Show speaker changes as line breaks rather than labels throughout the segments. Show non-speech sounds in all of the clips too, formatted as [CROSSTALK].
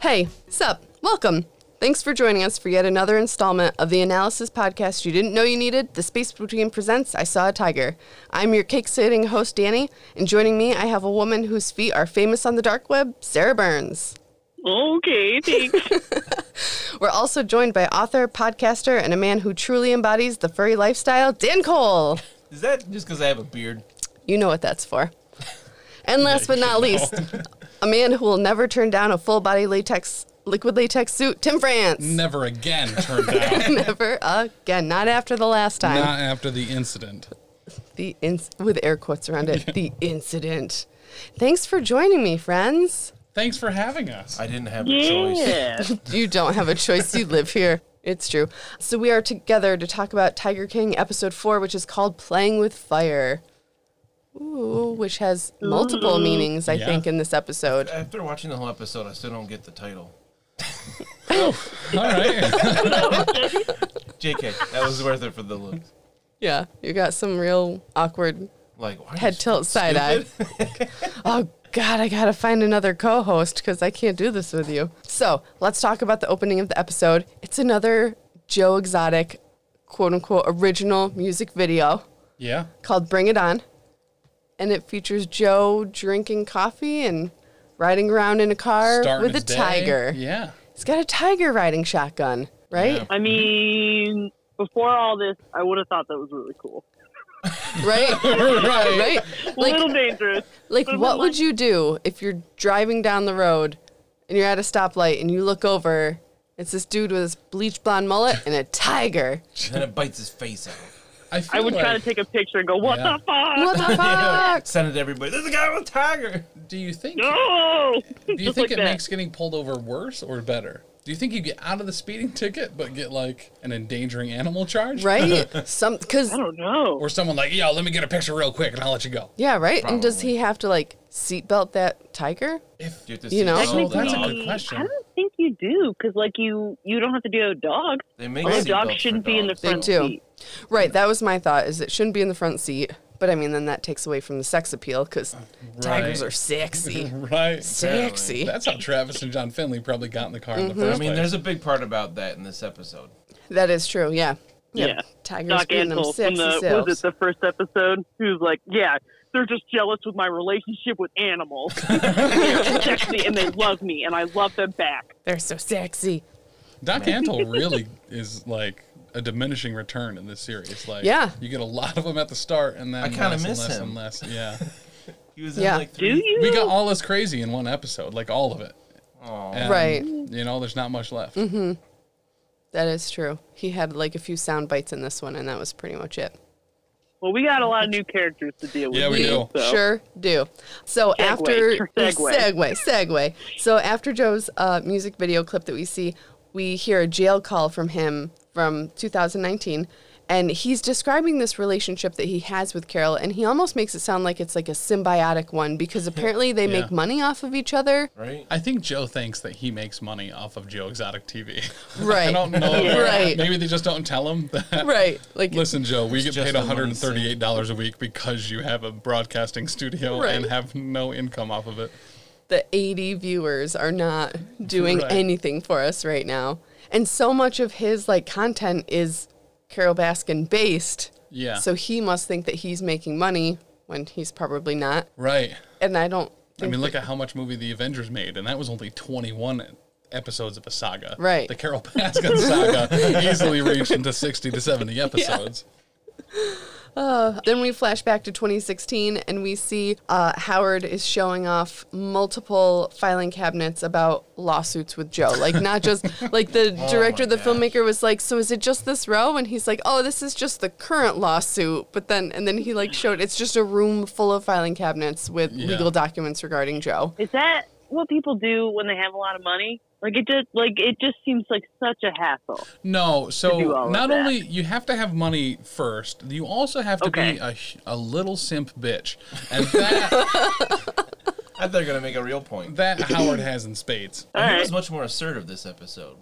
Hey, sup? Welcome. Thanks for joining us for yet another installment of the analysis podcast you didn't know you needed. The Space Between presents I Saw a Tiger. I'm your cake sitting host, Danny, and joining me, I have a woman whose feet are famous on the dark web, Sarah Burns.
Okay,
[LAUGHS]
thanks.
We're also joined by author, podcaster, and a man who truly embodies the furry lifestyle, Dan Cole.
Is that just because I have a beard?
You know what that's for. And last but not least, a man who will never turn down a full body latex, liquid latex suit, Tim France.
Never again
[LAUGHS]
turned down.
Never again. Not after the last time.
Not after the incident.
The inc- with air quotes around it. The incident. Thanks for joining me, friends.
Thanks for having us.
I didn't have a choice.
yeah.
[LAUGHS]
You don't have a choice. You live here. It's true. So we are together to talk about Tiger King episode four, which is called "Playing with Fire." Ooh, which has multiple meanings, I
Yeah.
think, in this episode.
After watching the whole episode, I still don't get the title.
All right. [LAUGHS]
JK, that was worth it for the look.
Yeah, you got some real awkward
Like why are you
head tilt side eye.
stupid?
Oh God, I gotta find another co-host because I can't do this with you. So let's talk about the opening of the episode. It's another Joe Exotic, quote unquote, original music video
Yeah.
called "Bring It On," and it features Joe drinking coffee and riding around in a car
Starting
with a
his day.
tiger.
Yeah. [LAUGHS]
He's got a tiger riding shotgun, right?
I mean, before all this, I would have thought that was really cool.
[LAUGHS]
Right,
right.
right.
A little dangerous.
Like,
But
what
then,
would
like-
you do if you're driving down the road and you're at a stoplight and you look over? It's this dude with his bleach blonde mullet and a tiger.
[LAUGHS] Then it bites his face out.
I, feel
I would
like,
try to take a picture and go, [LAUGHS] what
Yeah.
the fuck?
What the [LAUGHS] fuck?
Send it to everybody. There's a guy with a tiger.
Do you think?
no!
Do you
Just
think
like
it
that.
makes getting pulled over worse or better? Do you think you get out of the speeding ticket but get like an endangering animal charge? [LAUGHS]
Right? Some because
I don't know.
Or someone like, yo, let me get a picture real quick and I'll let you go.
yeah, right. And does he have to like seatbelt that tiger?
If
You, have to
You
see
know?
all the
That's a
dogs.
good question.
I don't think you do, because like you, you don't have to do a dog.
They make
Well,
seatbelts
the dog
for
shouldn't be in the
dogs.
front
do.
seat.
Right. That was my thought. Is it shouldn't be in the front seat? But I mean, then that takes away from the sex appeal because tigers
Right. [LAUGHS]
are sexy,
right.
sexy. Mm-hmm.
That's how Travis and John Finley probably got in the car in the
I
first
mean,
place.
there's a big part about that in this episode.
That is true. Yeah.
Yeah.
Tigers
Doc
being them
Antle
sexy
from the
selves.
was it the first episode? He was like, "Yeah, they're just jealous with my relationship with
[LAUGHS]
animals. they're sexy and they love me, and I love them back."
They're so sexy.
Doc Antle really is like a diminishing return in this series. Like,
Yeah.
you get a lot of them at the start, and then
I kinda
less and
miss
less
him.
and less. Yeah,
He was
Yeah.
in like
Do
three.
you?
we got all this crazy in one episode, like all of it.
Aw.
And,
Right. Mm-hmm.
You know, there's not much left.
That is true. He had like a few sound bites in this one, and that was pretty much it.
well, we got a
[LAUGHS]
lot of new characters to deal with.
Yeah, we
too,
do.
so-
Sure do. So after [LAUGHS]
Segue.
segue, segue. So after Joe's uh, music video clip that we see, we hear a jail call from him from 2019, and he's describing this relationship that he has with Carol, and he almost makes it sound like it's like a symbiotic one because apparently they
Yeah.
make money off of each other.
Right?
I think Joe thinks that he makes money off of Joe Exotic TV. [LAUGHS] I
Right. [LAUGHS]
don't know.
Right.
Maybe they just don't tell him that.
Right. Like
Listen, Joe, we get
just
paid
a money sink.
$138 a week because you have a broadcasting studio
Right.
and have no income off of it.
the 80 viewers are not doing
Right.
anything for us right now. And so much of his like content is Carol Baskin based.
Yeah.
So he must think that he's making money when he's probably not.
Right.
And I don't
I
think [LAUGHS]
mean, look at how much movie the Avengers made, and that was only 21 episodes of a saga.
Right.
The
[LAUGHS]
Carol Baskin saga easily reached into 60 to 70 episodes.
Then we flash back to 2016 and we see uh, Howard is showing off multiple filing cabinets about lawsuits with Joe. Like,
[LAUGHS]
not just, like, the
Oh
director, the
gosh.
filmmaker was like, So is it just this row? And he's like, Oh, this is just the current lawsuit. But then, and then he, like, showed it's just a room full of filing cabinets with
Yeah.
legal documents regarding Joe.
Is that what people do when they have a lot of money? Like it just like it just seems like such a hassle.
No,
do all
so
of
not
that.
only you have to have money first, you also have to
Okay.
be a, sh- a little simp bitch, and that
[LAUGHS]
I thought they were going to make a real point.
that Howard has in spades.
All
he
right.
was much more assertive this episode.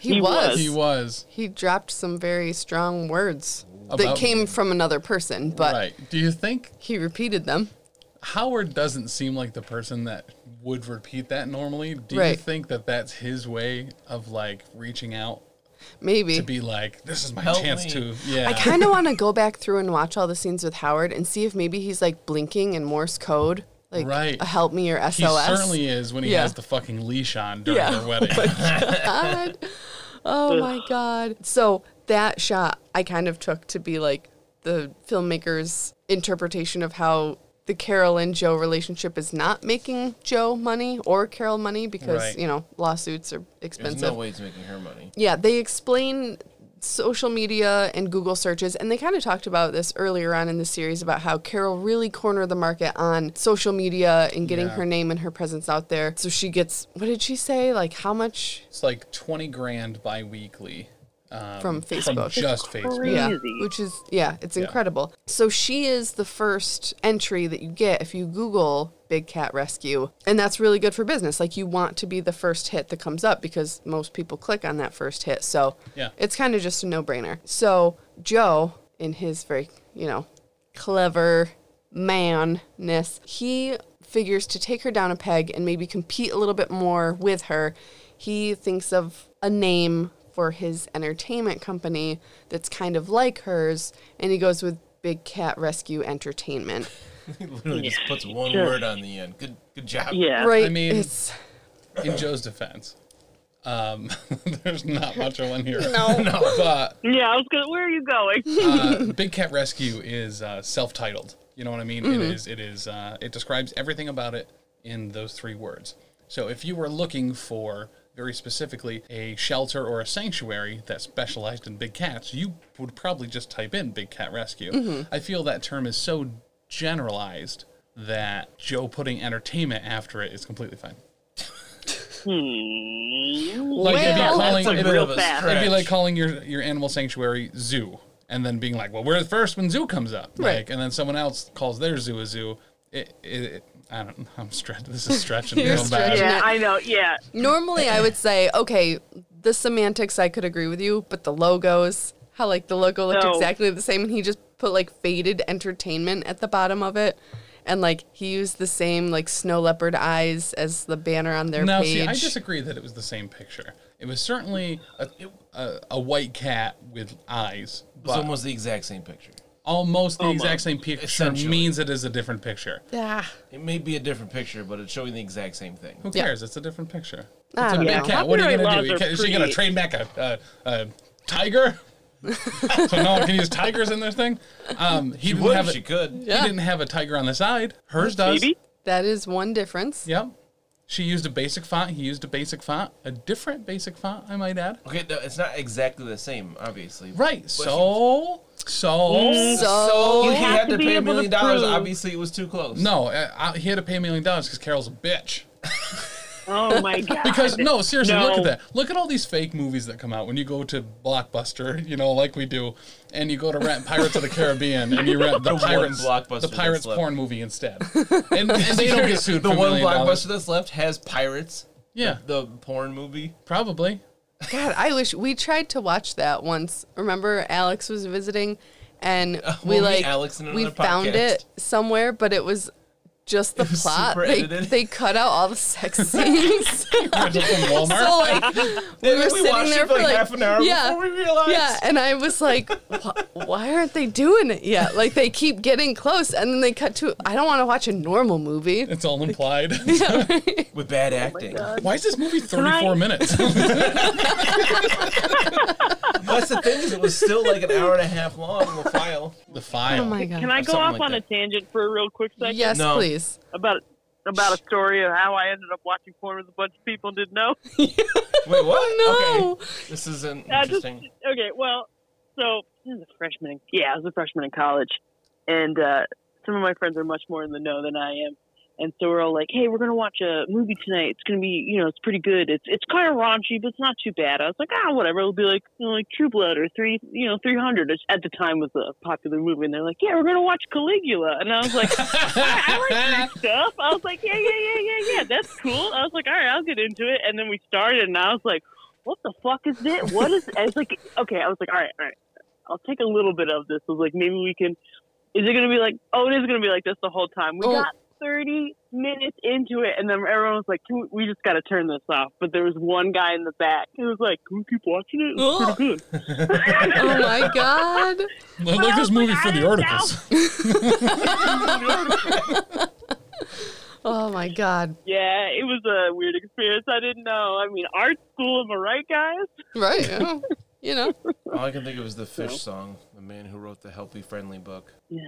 He,
He
was.
was.
He was
He dropped some very strong words that
About-
came from another person, but
right. Do you think
he repeated them.
Howard doesn't seem like the person that would repeat that normally. Do you
Right.
think that that's his way of like reaching out
Maybe.
to be like, this is my
Help
chance
me.
to, yeah, [LAUGHS]
I kind of want to go back through and watch all the scenes with Howard and see if maybe he's like blinking in Morse code, like
Right.
a help me or SOS.
he certainly [LAUGHS] is when he
Yeah.
has the fucking leash on during
Yeah. [LAUGHS]
their wedding.
God. [LAUGHS] Oh my God. So that shot I kind of took to be like the filmmaker's interpretation of how the Carol and Joe relationship is not making Joe money or Carol money because,
Right.
you know, lawsuits are
There's
expensive.
no way it's making her money. [LAUGHS]
Yeah, they explain social media and Google searches, and they kind of talked about this earlier on in the series about how Carol really cornered the market on social media and getting
Yeah.
her name and her presence out there. So she gets, what did she say? Like how much
it's like 20 grand bi-weekly um, [LAUGHS]
from
from
Facebook?
just Facebook.
crazy.
yeah, which is yeah, it's incredible. So she is the first entry that you get if you Google big cat rescue, and that's really good for business. Like you want to be the first hit that comes up because most people click on that first hit. So
Yeah.
it's kind of just a no-brainer. So Joe, in his very you know clever manness, he figures to take her down a peg and maybe compete a little bit more with her. He thinks of a name for his entertainment company that's kind of like hers, and he goes with Big Cat Rescue Entertainment.
He literally just puts one
Sure.
word on the end. Good, good job.
Yeah.
Right?
mean-
it's
In Joe's defense, um, [LAUGHS] there's not much of one here. No, [LAUGHS] no. But
Yeah, I was gonna. Where are you
[LAUGHS]
going?
[LAUGHS]
uh, Big Cat Rescue is uh, self-titled. You know what I mean?
Mm-hmm.
It is. It is. Uh, it describes everything about it in those three words. So if you were looking for very specifically a shelter or a sanctuary that specialized in big cats, you would probably just type in Big Cat Rescue.
Mm-hmm.
I feel that term is so generalized that Joe putting entertainment after it is completely fine.
Hmm.
Like it'd be
Well,
Oh,
calling,
that's a
it'd be
real
like-
fast.
it'd be like calling your your animal sanctuary zoo, and then being like, "Well, we're the first when zoo comes up,"
Right.
like, and then someone else calls their zoo a zoo. It, it, it I don't. [LAUGHS] I'm stretching. This is stretching
You're
real bad.
stretching.
yeah, I know. Yeah.
normally I would say, okay, the semantics I could agree with you, but the logos, how like the logo looked
No.
exactly the same, and he just put like faded entertainment at the bottom of it. And like he used the same like snow leopard eyes as the banner on their
Now,
page.
see, I disagree that it was the same picture. It was certainly a, a, a white cat with eyes,
It's
but almost,
almost the exact same picture.
the exact same picture
Essentially.
means it is a different picture.
Yeah.
It may be a different picture, but it's showing the exact same thing.
Who
Yeah.
cares? It's a different picture.
I
It's a
don't
big
know.
cat. What are you
Copyright
gonna
laws
do? You
are
ca- Is she gonna
pretty-
train back a, a, a tiger? so no one can use tigers in their thing. Um, he didn't
Would
have
if
a,
she could?
Yeah.
He didn't have a tiger on the side. Hers does.
Maybe.
That is one difference.
Yep. She used a basic font. He used a basic font, a different basic font, I might add.
Okay, no, it's not exactly the same, obviously.
Right. So, so
So
he
You have
had
to
to
be
pay a
able to
million dollars.
prove-
Obviously, it was too close.
no, uh, I, I, he had to pay a million dollars because Carol's a bitch.
[LAUGHS] Oh
[LAUGHS]
my god.
Because no, seriously, look at
[LAUGHS] No.
that. Look at all these fake movies that come out when you go to Blockbuster, you know, like we do, and you go to rent Pirates of the Caribbean and you rent the,
The one
pirates
Blockbuster
the pirates
that's left.
porn movie instead, and, and they don't get sued.
The
for a
one
million dollars.
blockbuster that's left has pirates.
Yeah.
the, the porn movie.
probably.
God, I wish we tried to watch that once. Remember, Alex was visiting, and we
[LAUGHS] we'll meet
like
Alex in
we
another
found
podcast.
it somewhere, but it was just
[LAUGHS]
the
was
plot.
super
They,
edited.
they cut out all the sex
[LAUGHS]
scenes. [LAUGHS]
Original from Walmart.
so like we were sitting there for like
half an hour
yeah,
before we realized.
yeah, and I was like, "Wh- why aren't they doing it yet? Like they keep getting close, and then they cut to. I don't want to watch a normal movie.
it's all
[LAUGHS]
implied. [LAUGHS]
[LAUGHS] with
Oh
bad acting.
Why is this movie thirty-four
Right.
minutes?
That's the thing is, it was still like an hour and a half long in the file.
the file.
Oh my god!
Can I go off
something like
on
that.
a tangent for a real quick second?
yes,
No.
please.
About about a story of how I ended up watching porn with a bunch of people and didn't know.
[LAUGHS] Wait, what?
No.
Okay. This isn't
I Uh, just-
interesting.
okay, well, so I was a freshman. in- Yeah, I was a freshman in college, and uh, some of my friends are much more in the know than I am. And so we're all like, "Hey, we're gonna watch a movie tonight. It's gonna be, you know, it's pretty good. It's it's kind of raunchy, but it's not too bad." I was like, "Ah, whatever. It'll be like, you know, like True Blood or three, you know, three hundred at the time was a popular movie." And they're like, "Yeah, we're gonna watch Caligula," and I was like, "I, I like
[LAUGHS]
that stuff." I was like, "Yeah, yeah, yeah, yeah, yeah. That's cool." I was like, "All right, I'll get into it." And then we started, and I was like what the fuck is it? What is? I was like, okay, I was like, all right, all right, I'll take a little bit of this. I was like, maybe we can. Is it gonna be like? Oh, it is gonna be like this the whole time. We
Oh.
got 30 minutes into it, and then everyone was like, "Can we- we just got to turn this off. But there was one guy in the back who was like, can we keep watching it? It's pretty good.
Oh my god.
I like this movie for the articles.
Oh my god.
Yeah, it was a weird experience. I didn't know. I mean, art school, am I right, guys?
Right. yeah. You know.
All I can think of is the fish song, the man who wrote the Healthy Friendly book.
Yeah,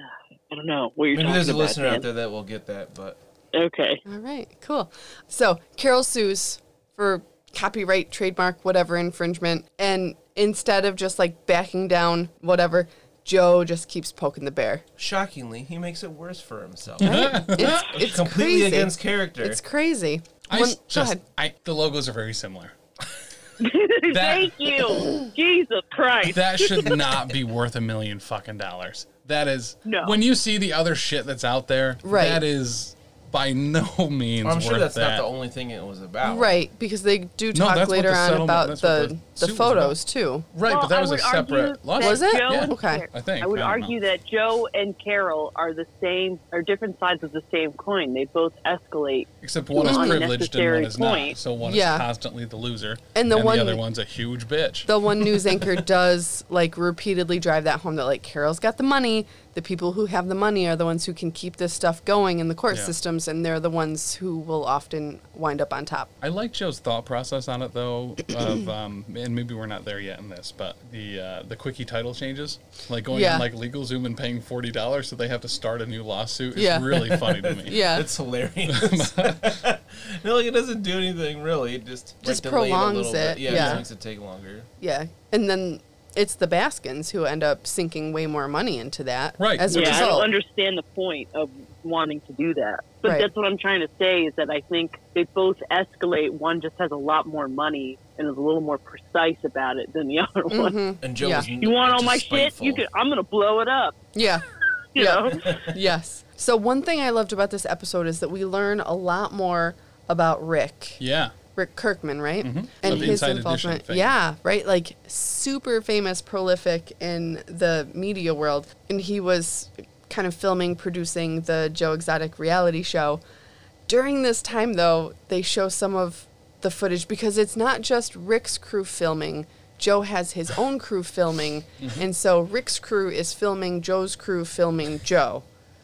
I don't know what you're
Maybe
talking
there's a
about.
listener
Dan.
out there that will get that, but
Okay.
[LAUGHS]
[LAUGHS]
All right. Cool. So Carol sues for copyright, trademark, whatever infringement, and instead of just like backing down, whatever, Joe just keeps poking the
[LAUGHS]
bear.
shockingly, he makes it worse for himself.
[LAUGHS] It's, it's
Completely
crazy.
against character.
It's crazy.
I
One-
s-
go
just,
ahead.
I, the logos are very similar.
Thank you. Jesus Christ.
That should not be worth a million fucking dollars. That is
No.
when you see the other shit that's out there.
Right.
That is by no means.
I'm sure
worth
that's not
that.
the only thing it was about. [LAUGHS]
Right, because they do
No,
talk
that's what
later
the
on
settlement-
about
that's what
the,
the
the,
suit was
photos too.
Right,
Well,
but that
I
was a
would argue
separate lawsuit.
that
Was it?
Joe
Yeah.
and
Okay.
Car-
I think.
I would
I don't
argue
know.
that Joe and Carol are the same, are different sides of the same coin. They both escalate.
Except one is
Well,
privileged and one
unnecessary
is not.
point.
So one
Yeah.
is constantly the loser,
And the one-
other one's a huge bitch.
The one news anchor does like repeatedly drive that home that like Carol's got the money. The people who have the money are the ones who can keep this stuff going in the court
Yeah.
systems, and they're the ones who will often wind up on top.
I like Joe's thought process on it though. Of [CLEARS THROAT] um, and maybe we're not there yet in this, but the uh, the quickie title changes, like going
Yeah.
on like LegalZoom and paying forty dollars so they have to start a new lawsuit, is
Yeah.
really
[LAUGHS]
funny to me.
Yeah, [LAUGHS]
It's hilarious. [LAUGHS] no, like it doesn't do anything really. It just like,
Just
delay it a
prolongs
little
it,
Bit. Yeah,
yeah.
it just makes it take longer.
yeah, and then it's the Baskins who end up sinking way more money into that.
Right.
As a
yeah, I
result,
don't understand the point of wanting to do that. But
Right.
that's what I'm trying to say is that I think they both escalate. One just has a lot more money and is a little more precise about it than the other
Mm-hmm.
one.
And Joe
Yeah.
was
You want all
just
my
spiteful.
shit? You can. I'm gonna blow it up.
yeah.
[LAUGHS] You
Yeah.
know.
yes. So one thing I loved about this episode is that we learn a lot more about Rick.
Yeah.
Rick Kirkman, right?
Mm-hmm. Of
And
the
his
Inside Edition
involvement.
fame.
Yeah, right? Like super famous, prolific in the media world. And he was kind of filming, producing the Joe Exotic reality show. During this time, though, they show some of the footage because it's not just Rick's crew filming. Joe has
[LAUGHS]
his own crew filming.
Mm-hmm.
And so Rick's crew is filming Joe's crew filming Joe.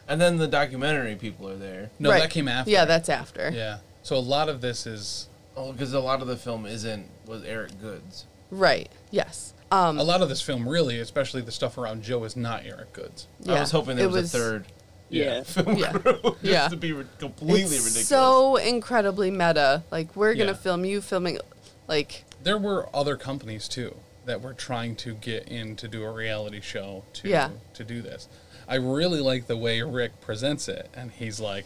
And then the documentary people are there.
No,
Right.
that came after.
Yeah, that's after.
Yeah. So a lot of this is
Oh, because a lot of the film isn't was Eric Goods.
Right. Yes. Um,
a lot of this film really, especially the stuff around Joe, is not Eric Goods.
yeah.
I was hoping there
It
was, a third
[LAUGHS]
Yeah.
[LAUGHS]
film
Yeah.
crew. [LAUGHS] just
Yeah.
to be re- completely
It's
ridiculous.
So incredibly meta. Like we're gonna
Yeah.
film you filming, like
There were other companies too that were trying to get in to do a reality show to
Yeah.
to do this. I really like the way Rick presents it, and he's like,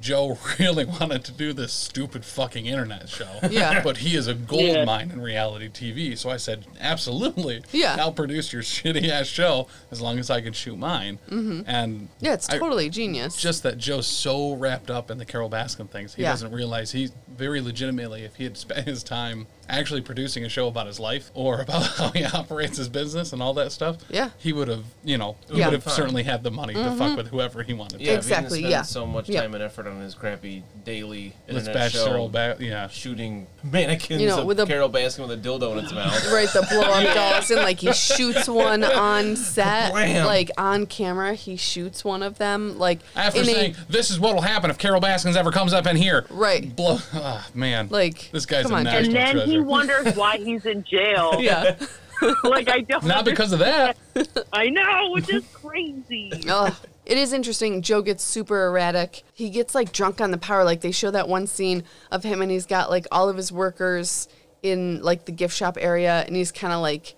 Joe [LAUGHS] really wanted to do this stupid fucking internet show.
[LAUGHS] Yeah.
But he is a gold
Yeah.
mine in reality TV. So I said, absolutely.
Yeah.
I'll produce your [LAUGHS] shitty ass show as long as I can shoot mine. Mm-hmm. And
yeah, it's
I-
totally genius.
just that Joe's so wrapped up in the Carol Baskin things, he
Yeah.
doesn't realize he very legitimately, if he had spent his time actually producing a show about his life or [LAUGHS] about how he operates his business and all that stuff,
Yeah.
he would have, you know, he
Yeah.
would have certainly had the money to fuck with whoever he wanted.
yeah,
to.
if he didn't
Exactly,
spend
yeah.
So much
Yeah.
time and effort on his crappy daily
let's
internet
bash
show.
Carol back. Yeah,
shooting mannequins
You know,
of
with a-
Carol Baskin with a dildo in
[LAUGHS]
its mouth.
right, the blow
[LAUGHS]
up dolls and like he shoots one on set,
Wham.
like on camera, he shoots one of them, like
after
in a-
saying this is what will happen if Carol Baskins ever comes up in here.
Right.
blow. Ah, man,
Like,
this guy's
come
a
on.
national
and then
treasure.
he wonders
[LAUGHS]
why he's in jail.
yeah,
Like I don't.
Not because of that.
I know, which is
[LAUGHS]
crazy.
Ugh. It is interesting. Joe gets super erratic. He gets like drunk on the power. Like they show that one scene of him and he's got like all of his workers in like the gift shop area and he's kind of like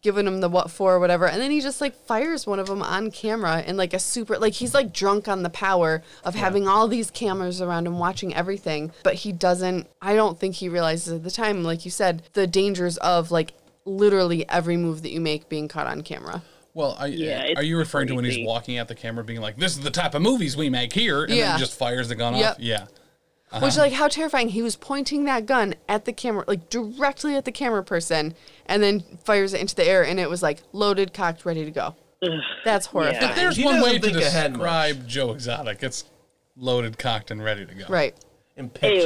giving them the what for or whatever. And then he just like fires one of them on camera and like a super like he's like drunk on the power of having all these cameras around him watching everything, but he doesn't I don't think he realizes at the time like you said the dangers of like literally every move that you make being caught on camera.
Well, I, uh,
Yeah,
are
it's
you referring to when he's
crazy.
walking at the camera, being like, "This is the type of movies we make here," and
Yeah.
then just fires the gun
Yep.
off? Yeah.
Uh-huh.
Which, like, how terrifying. He was pointing that gun at the camera, like, directly at the camera person, and then fires it into the air, and it was, like, loaded, cocked, ready to go. That's horrifying.
There's
He
one
doesn't
way to
think ahead
describe Joe Exotic. It's loaded, cocked, and ready to go.
Right.
Impetuous.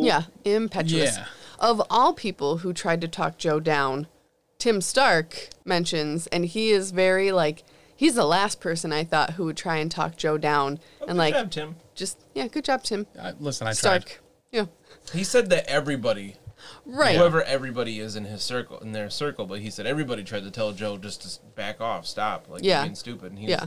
Ew.
Yeah, impetuous.
Yeah.
Of all people who tried to talk Joe down, Tim Stark mentions, and he is very like he's the last person I thought who would try and talk Joe down, and like
Oh, Good job, Tim.
just yeah, good job, Tim
I, listen, I
Stark.
tried.
Yeah,
He said that everybody,
right.
whoever everybody is in his circle, in their circle, but he said everybody tried to tell Joe just to s- back off, stop, like
Yeah.
you're being stupid. And he's,
Yeah,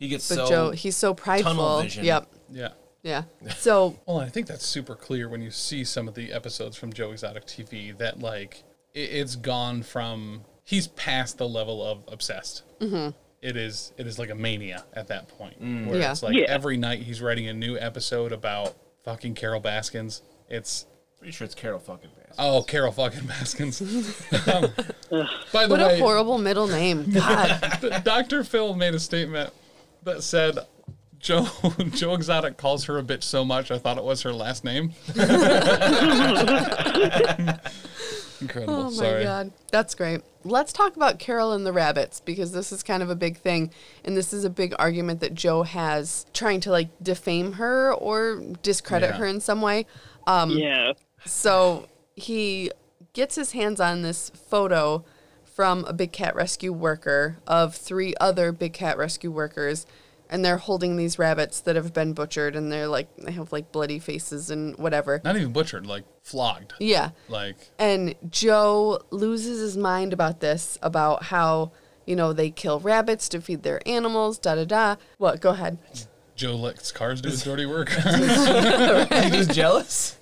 He gets
but
so
Joe, he's so prideful.
vision.
Yep.
Yeah.
[LAUGHS]
Yeah. So
Well, I think that's super clear when you see some of the episodes from Joe Exotic TV that like it, it's gone from he's past the level of obsessed. Mm-hmm. is it is like a mania at that point where
Yeah.
it's like
Yeah.
every night he's writing a new episode about fucking Carol Baskins. It's
pretty sure it's Carol fucking Bass.
oh Carol fucking Baskins. [LAUGHS]
[LAUGHS]
Um, by the
what a
way,
horrible middle [LAUGHS] name. God.
Dr. Phil made a statement that said Joe [LAUGHS] Joe Exotic calls her a bitch so much I thought it was her last name. [LAUGHS] Incredible.
Oh [LAUGHS] my
Sorry.
god. That's great. Let's talk about Carol and the rabbits because this is kind of a big thing and this is a big argument that Joe has trying to like defame her or discredit
Yeah.
her in some way. Um
yeah.
So he gets his hands on this photo from a big cat rescue worker of three other big cat rescue workers, and they're holding these rabbits that have been butchered, and they're like they have like bloody faces and whatever.
Not even butchered, like flogged.
Yeah.
Like
And Joe loses his mind about this, about how, you know, they kill rabbits to feed their animals, da da da. What? Go ahead.
Joe lets cars do his dirty work. [LAUGHS]
[LAUGHS] He was
[LAUGHS]
jealous.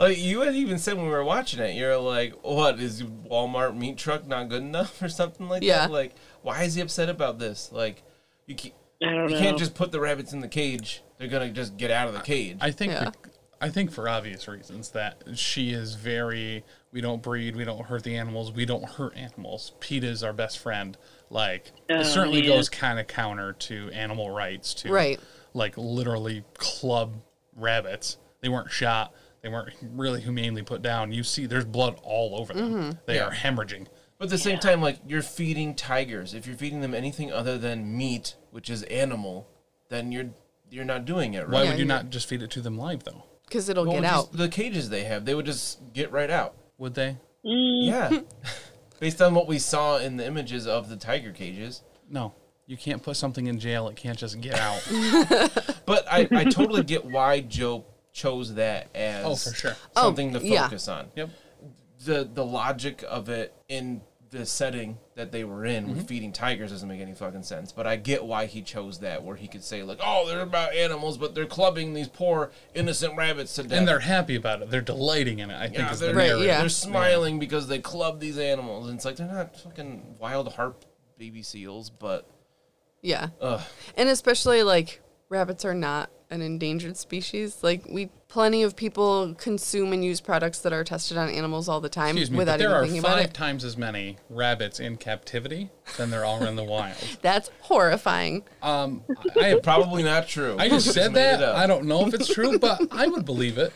like you had even said when we were watching it, you're like, "What is Walmart meat truck not good enough or something like
Yeah.
that?" Like, why is he upset about this? Like, you can't,
I don't
you
know.
can't just put the rabbits in the cage. They're gonna just get out of the cage.
I think
Yeah.
bec- I think for obvious reasons that she is very we don't breed, we don't hurt the animals, we don't hurt animals. PETA is our best friend. Like
Oh,
it certainly
yeah.
goes kind of counter to animal rights to
Right.
like literally club rabbits. They weren't shot. They weren't really humanely put down. You see there's blood all over them.
Mm-hmm.
They
Yeah.
are hemorrhaging.
but at the same time, like you're feeding tigers. If you're feeding them anything other than meat, which is animal, then you're you're not doing it
Why
right.
Yeah,
would you
you-
not just feed it to them live though?
Because it'll
What
get
would
out.
you- the cages they have, they would just get
[LAUGHS]
right out.
Would they?
Yeah. [LAUGHS] Based on what we saw in the images of the tiger cages.
No. You can't put something in jail. It can't just get
[LAUGHS]
out.
But I, I totally get why Joe chose that as
oh, for sure.
Oh,
something to
yeah.
focus on.
Yep.
The the logic of it in the setting that they were in
Mm-hmm.
with feeding tigers doesn't make any fucking sense. But I get why he chose that where he could say like, Oh, they're about animals, but they're clubbing these poor innocent rabbits to death.
And they're happy about it. They're delighting in it. I think
yeah,
is
they're,
the
Right,
narrative.
yeah.
they're smiling because they club these animals. And it's like they're not fucking wild harp baby seals, but uh,
Yeah.
uh,
Ugh.
And especially like rabbits are not an endangered species. Like we plenty of people consume and use products that are tested on animals all the time
Excuse me, but
without
there
even
are
thinking about
five
it.
times as many rabbits in captivity than there are in
[LAUGHS]
the wild.
That's horrifying.
Um, I, I have
Probably not true.
[LAUGHS]
[LAUGHS]
I just said
made
that.
it up.
I don't know if it's true, but I would believe it.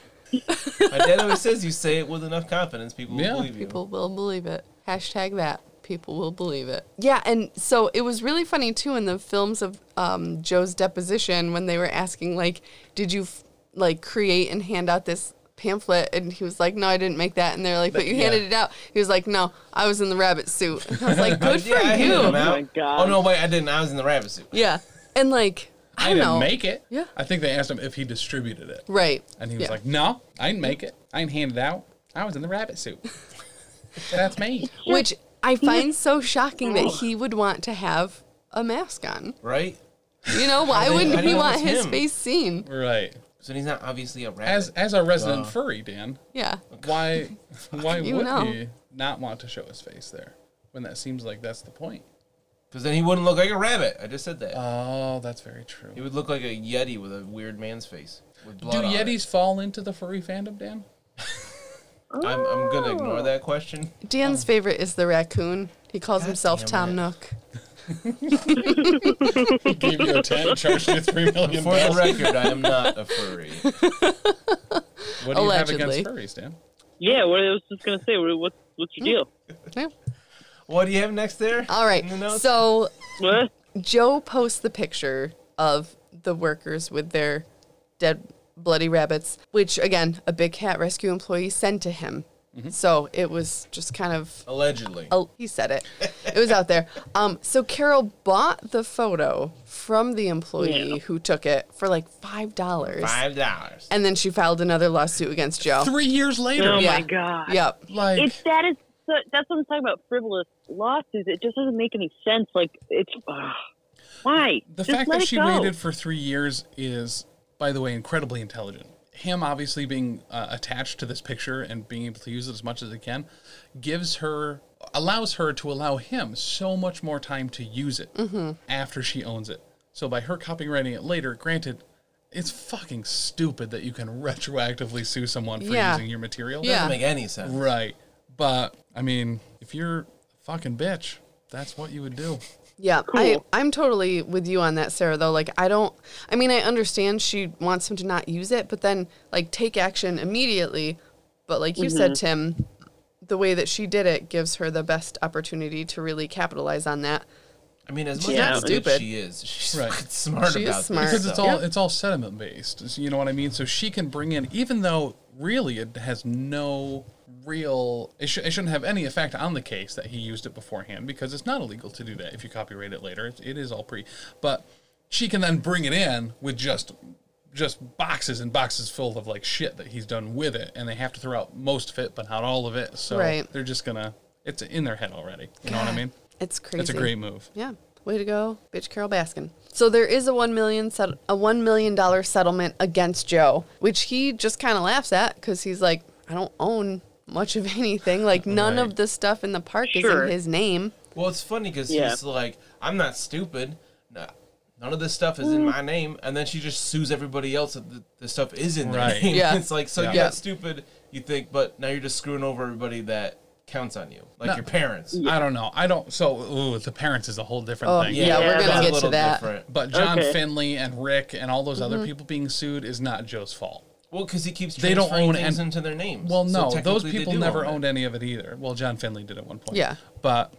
My dad always says you say it with enough confidence, people
Yeah.
will believe you.
People will believe it. Hashtag that. People will believe it. Yeah, and so it was really funny too in the films of um, Joe's deposition when they were asking like, "Did you f- like create and hand out this pamphlet?" And he was like, "No, I didn't make that." And they're like, "But you
yeah.
handed it out." He was like, "No, I was in the rabbit suit." And I was
[LAUGHS]
like, "Good for
Yeah, I handed him
you."
out.
Oh my God.
Oh no, wait, I didn't. I was in the rabbit suit.
Yeah, and like [LAUGHS] I,
I,
don't
didn't
know,
make it.
Yeah.
I think they asked him if he distributed it,
right?
and he was
Yeah.
like, "No, I didn't make it. I didn't hand it out. I was in the rabbit suit.
[LAUGHS]
That's me."
which I find so shocking
Oh.
that he would want to have a mask on.
Right?
You
[LAUGHS]
know, why
do you- how
wouldn't
do you
he
know
want
it's
his
him?
face seen?
Right.
So he's not obviously a rabbit.
As as our resident furry, Dan,
Yeah.
why
[LAUGHS]
why
You
would
know.
he not want to show his face there when that seems like that's the point?
Because then he wouldn't look like a rabbit. I just said that.
Oh, that's very true.
he would look like a yeti with a weird man's face. With blood
Do
on it.
Yetis fall into the furry fandom, [LAUGHS] Dan?
I'm, I'm gonna ignore that question.
[LAUGHS] Dan's favorite is the raccoon. He calls
Oh. God
himself
damn
Tom
it.
Nook.
He gave you a ten, charged you three million
For the
bucks.
record, I am
[LAUGHS]
not a furry.
What do you have
Allegedly.
against furries, Dan?
Yeah, what I was just gonna say. What, what's what's your deal?
Yeah.
What do you have next there?
All right.
In the notes?
So
What?
Joe posts the picture of the workers with their dead bloody rabbits, which again, a big cat rescue employee sent to him.
Mm-hmm.
So it was just kind of
Allegedly.
Oh, he said it. It was out
[LAUGHS]
there. Um, so Carol bought the photo from the employee
Yeah.
who took it for like five dollars,
Five dollars.
and then she filed another lawsuit against Joe.
Three years later,
Oh
Yeah.
my god.
Yep.
like
It's that is so, that's what I'm talking about frivolous lawsuits. It just doesn't make any sense. Like it's ugh. why
the
Just
fact
let
that
it
she
go.
waited for three years is, by the way, incredibly intelligent. Him obviously being uh, attached to this picture and being able to use it as much as he can gives her allows her to allow him so much more time to use it
Mm-hmm.
after she owns it. So by her copywriting it later, granted, it's fucking stupid that you can retroactively sue someone for
Yeah.
using your material.
Yeah.
Doesn't make any sense.
Right. But I mean, if you're a fucking bitch, that's what you would do.
Yeah, I,
Cool.
I'm totally with you on that, Sarah, though. Like, I don't, I mean, I understand she wants him to not use it, but then, like, take action immediately. But, like you said,
Mm-hmm.
Tim, the way that she did it gives her the best opportunity to really capitalize on that.
I mean, as much
Yeah.
as
Not
stupid
stupid.
she is, she's
Right.
fucking smart
She is
about this
smart.
because it's
stuff.
all it's all sediment based. You know what I mean? So she can bring in, even though really it has no real, it, sh- it shouldn't have any effect on the case that he used it beforehand because it's not illegal to do that if you copyright it later. It, it is all pre, but she can then bring it in with just just boxes and boxes full of like shit that he's done with it, and they have to throw out most of it, but not all of it. So
Right.
they're just gonna, it's in their head already. You know what I mean?
It's crazy.
It's a great move.
Yeah. Way to go, bitch Carol Baskin. So there is a one million set- a one million dollar settlement against Joe, which he just kind of laughs at because he's like, I don't own much of [LAUGHS] anything. Like none
Right.
of the stuff in the park
Sure.
is in his name.
Well, it's funny because
Yeah.
he's like, I'm not stupid. No, none of this stuff is in my name. And then she just sues everybody else that the, the stuff is in their
Right.
name.
Yeah.
[LAUGHS] it's like, so
Yeah.
you're not stupid, you think, but now you're just screwing over everybody that counts on you, like
No.
your parents.
I don't know. I don't. So ooh, the parents is a whole different
Oh,
thing.
Yeah, we're
that's
gonna
a
get to
little
that.
different.
But John
Okay.
Finley and Rick and all those other people being sued is not Joe's fault.
Well, because he keeps
They don't
transferring
own
things
an-
into their names.
Well,
So
no, those
technically they
people
do
never
own
owned any of it either. Well, John Finley did at one point.
Yeah.
But,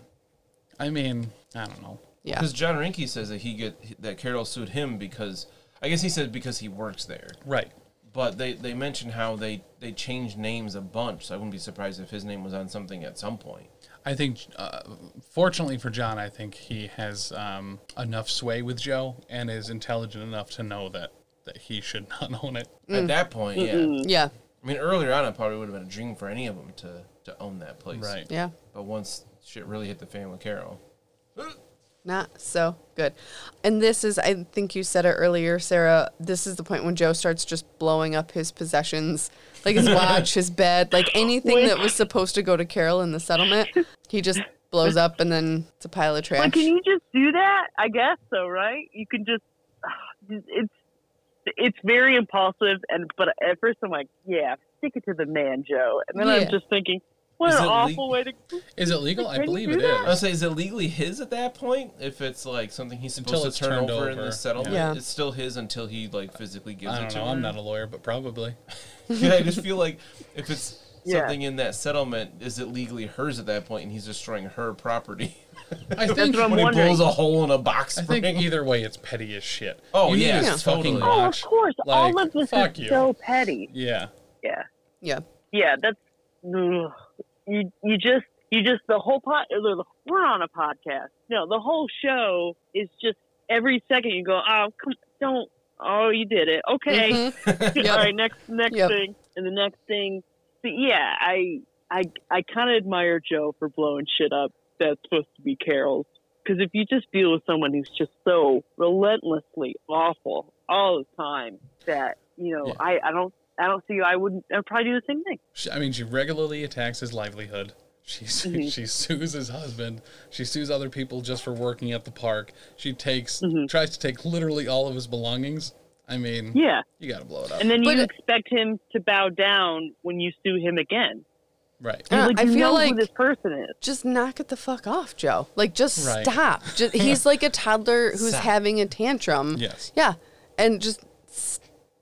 I mean, I don't know.
Yeah.
Because John Rinke says that he get that Carol sued him because I guess he said because he works there.
Right.
But they, they mentioned how they, they changed names a bunch, so I wouldn't be surprised if his name was on something at some point.
I think, uh, fortunately for John, I think he has um, enough sway with Joe and is intelligent enough to know that, that he should [LAUGHS] not own it.
Mm.
At that point, yeah.
Yeah.
I mean, earlier on, it probably would have been a dream for any of them to, to own that place.
Right.
Yeah.
But once shit really hit the fan with Carol,
Not so good. And this is, I think you said it earlier, Sarah. This is the point when Joe starts just blowing up his possessions, like his watch, his bed, like anything that was supposed to go to Carol in the settlement. He just blows up and then it's a pile of trash.
Like, can you just do that? I guess so, right? You can just. [SIGHS] It's it's very impulsive, and but at first I'm like, yeah, stick it to the man, Joe, and then
Yeah.
I'm just thinking, what
Is
an
it
awful way to.
Is it legal?
Can
I
you
believe
do
it
that?
I would
is.
say, is it legally his at that point? If it's like something he's supposed
Until
to
it's
turn
turned
over, in
over.
the settlement,
Yeah.
it's still his until he like physically gives
I
it
don't
to
know.
her.
I'm not a lawyer, but probably.
[LAUGHS] yeah, I just feel like if it's
[LAUGHS] Yeah.
something in that settlement, is it legally hers at that point, and he's destroying her property? [LAUGHS]
I think
what I'm
when he
wondering.
blows a hole in a box
I
spring.
think either way, it's petty as shit.
Oh,
You need
yeah,
a
yeah,
fucking
totally. Oh,
Oh, of
watch.
course,
Like,
all of this
fuck
is
you.
so petty.
Yeah,
Yeah,
yeah.
yeah, that's ugh. you. You just you just the whole pot. We're on a podcast. No, the whole show is just every second you go, oh come, don't. Oh, you did it. Okay.
Mm-hmm.
Mhm.
All right, next next
Yep.
thing, and the next thing. But yeah, I I I kind of admire Joe for blowing shit up that's supposed to be Carol's. Because if you just deal with someone who's just so relentlessly awful all the time, that you know,
Yeah.
I I don't I don't see I wouldn't I'd probably do the same thing.
she, I mean, she regularly attacks his livelihood. She [LAUGHS] su- she sues his husband. She sues other people just for working at the park. She takes tries to take literally all of his belongings. I mean,
Yeah,
you got to blow it up,
and then
But- uh,
you expect him to bow down when you sue him again.
right?
Yeah,
like,
I
you
feel
know
like-
who this person is.
Just knock it the fuck off, Joe. Like, just
Right.
stop.
[LAUGHS]
Just, he's like a toddler who's
Stop.
having a tantrum.
Yes.
Yeah. And just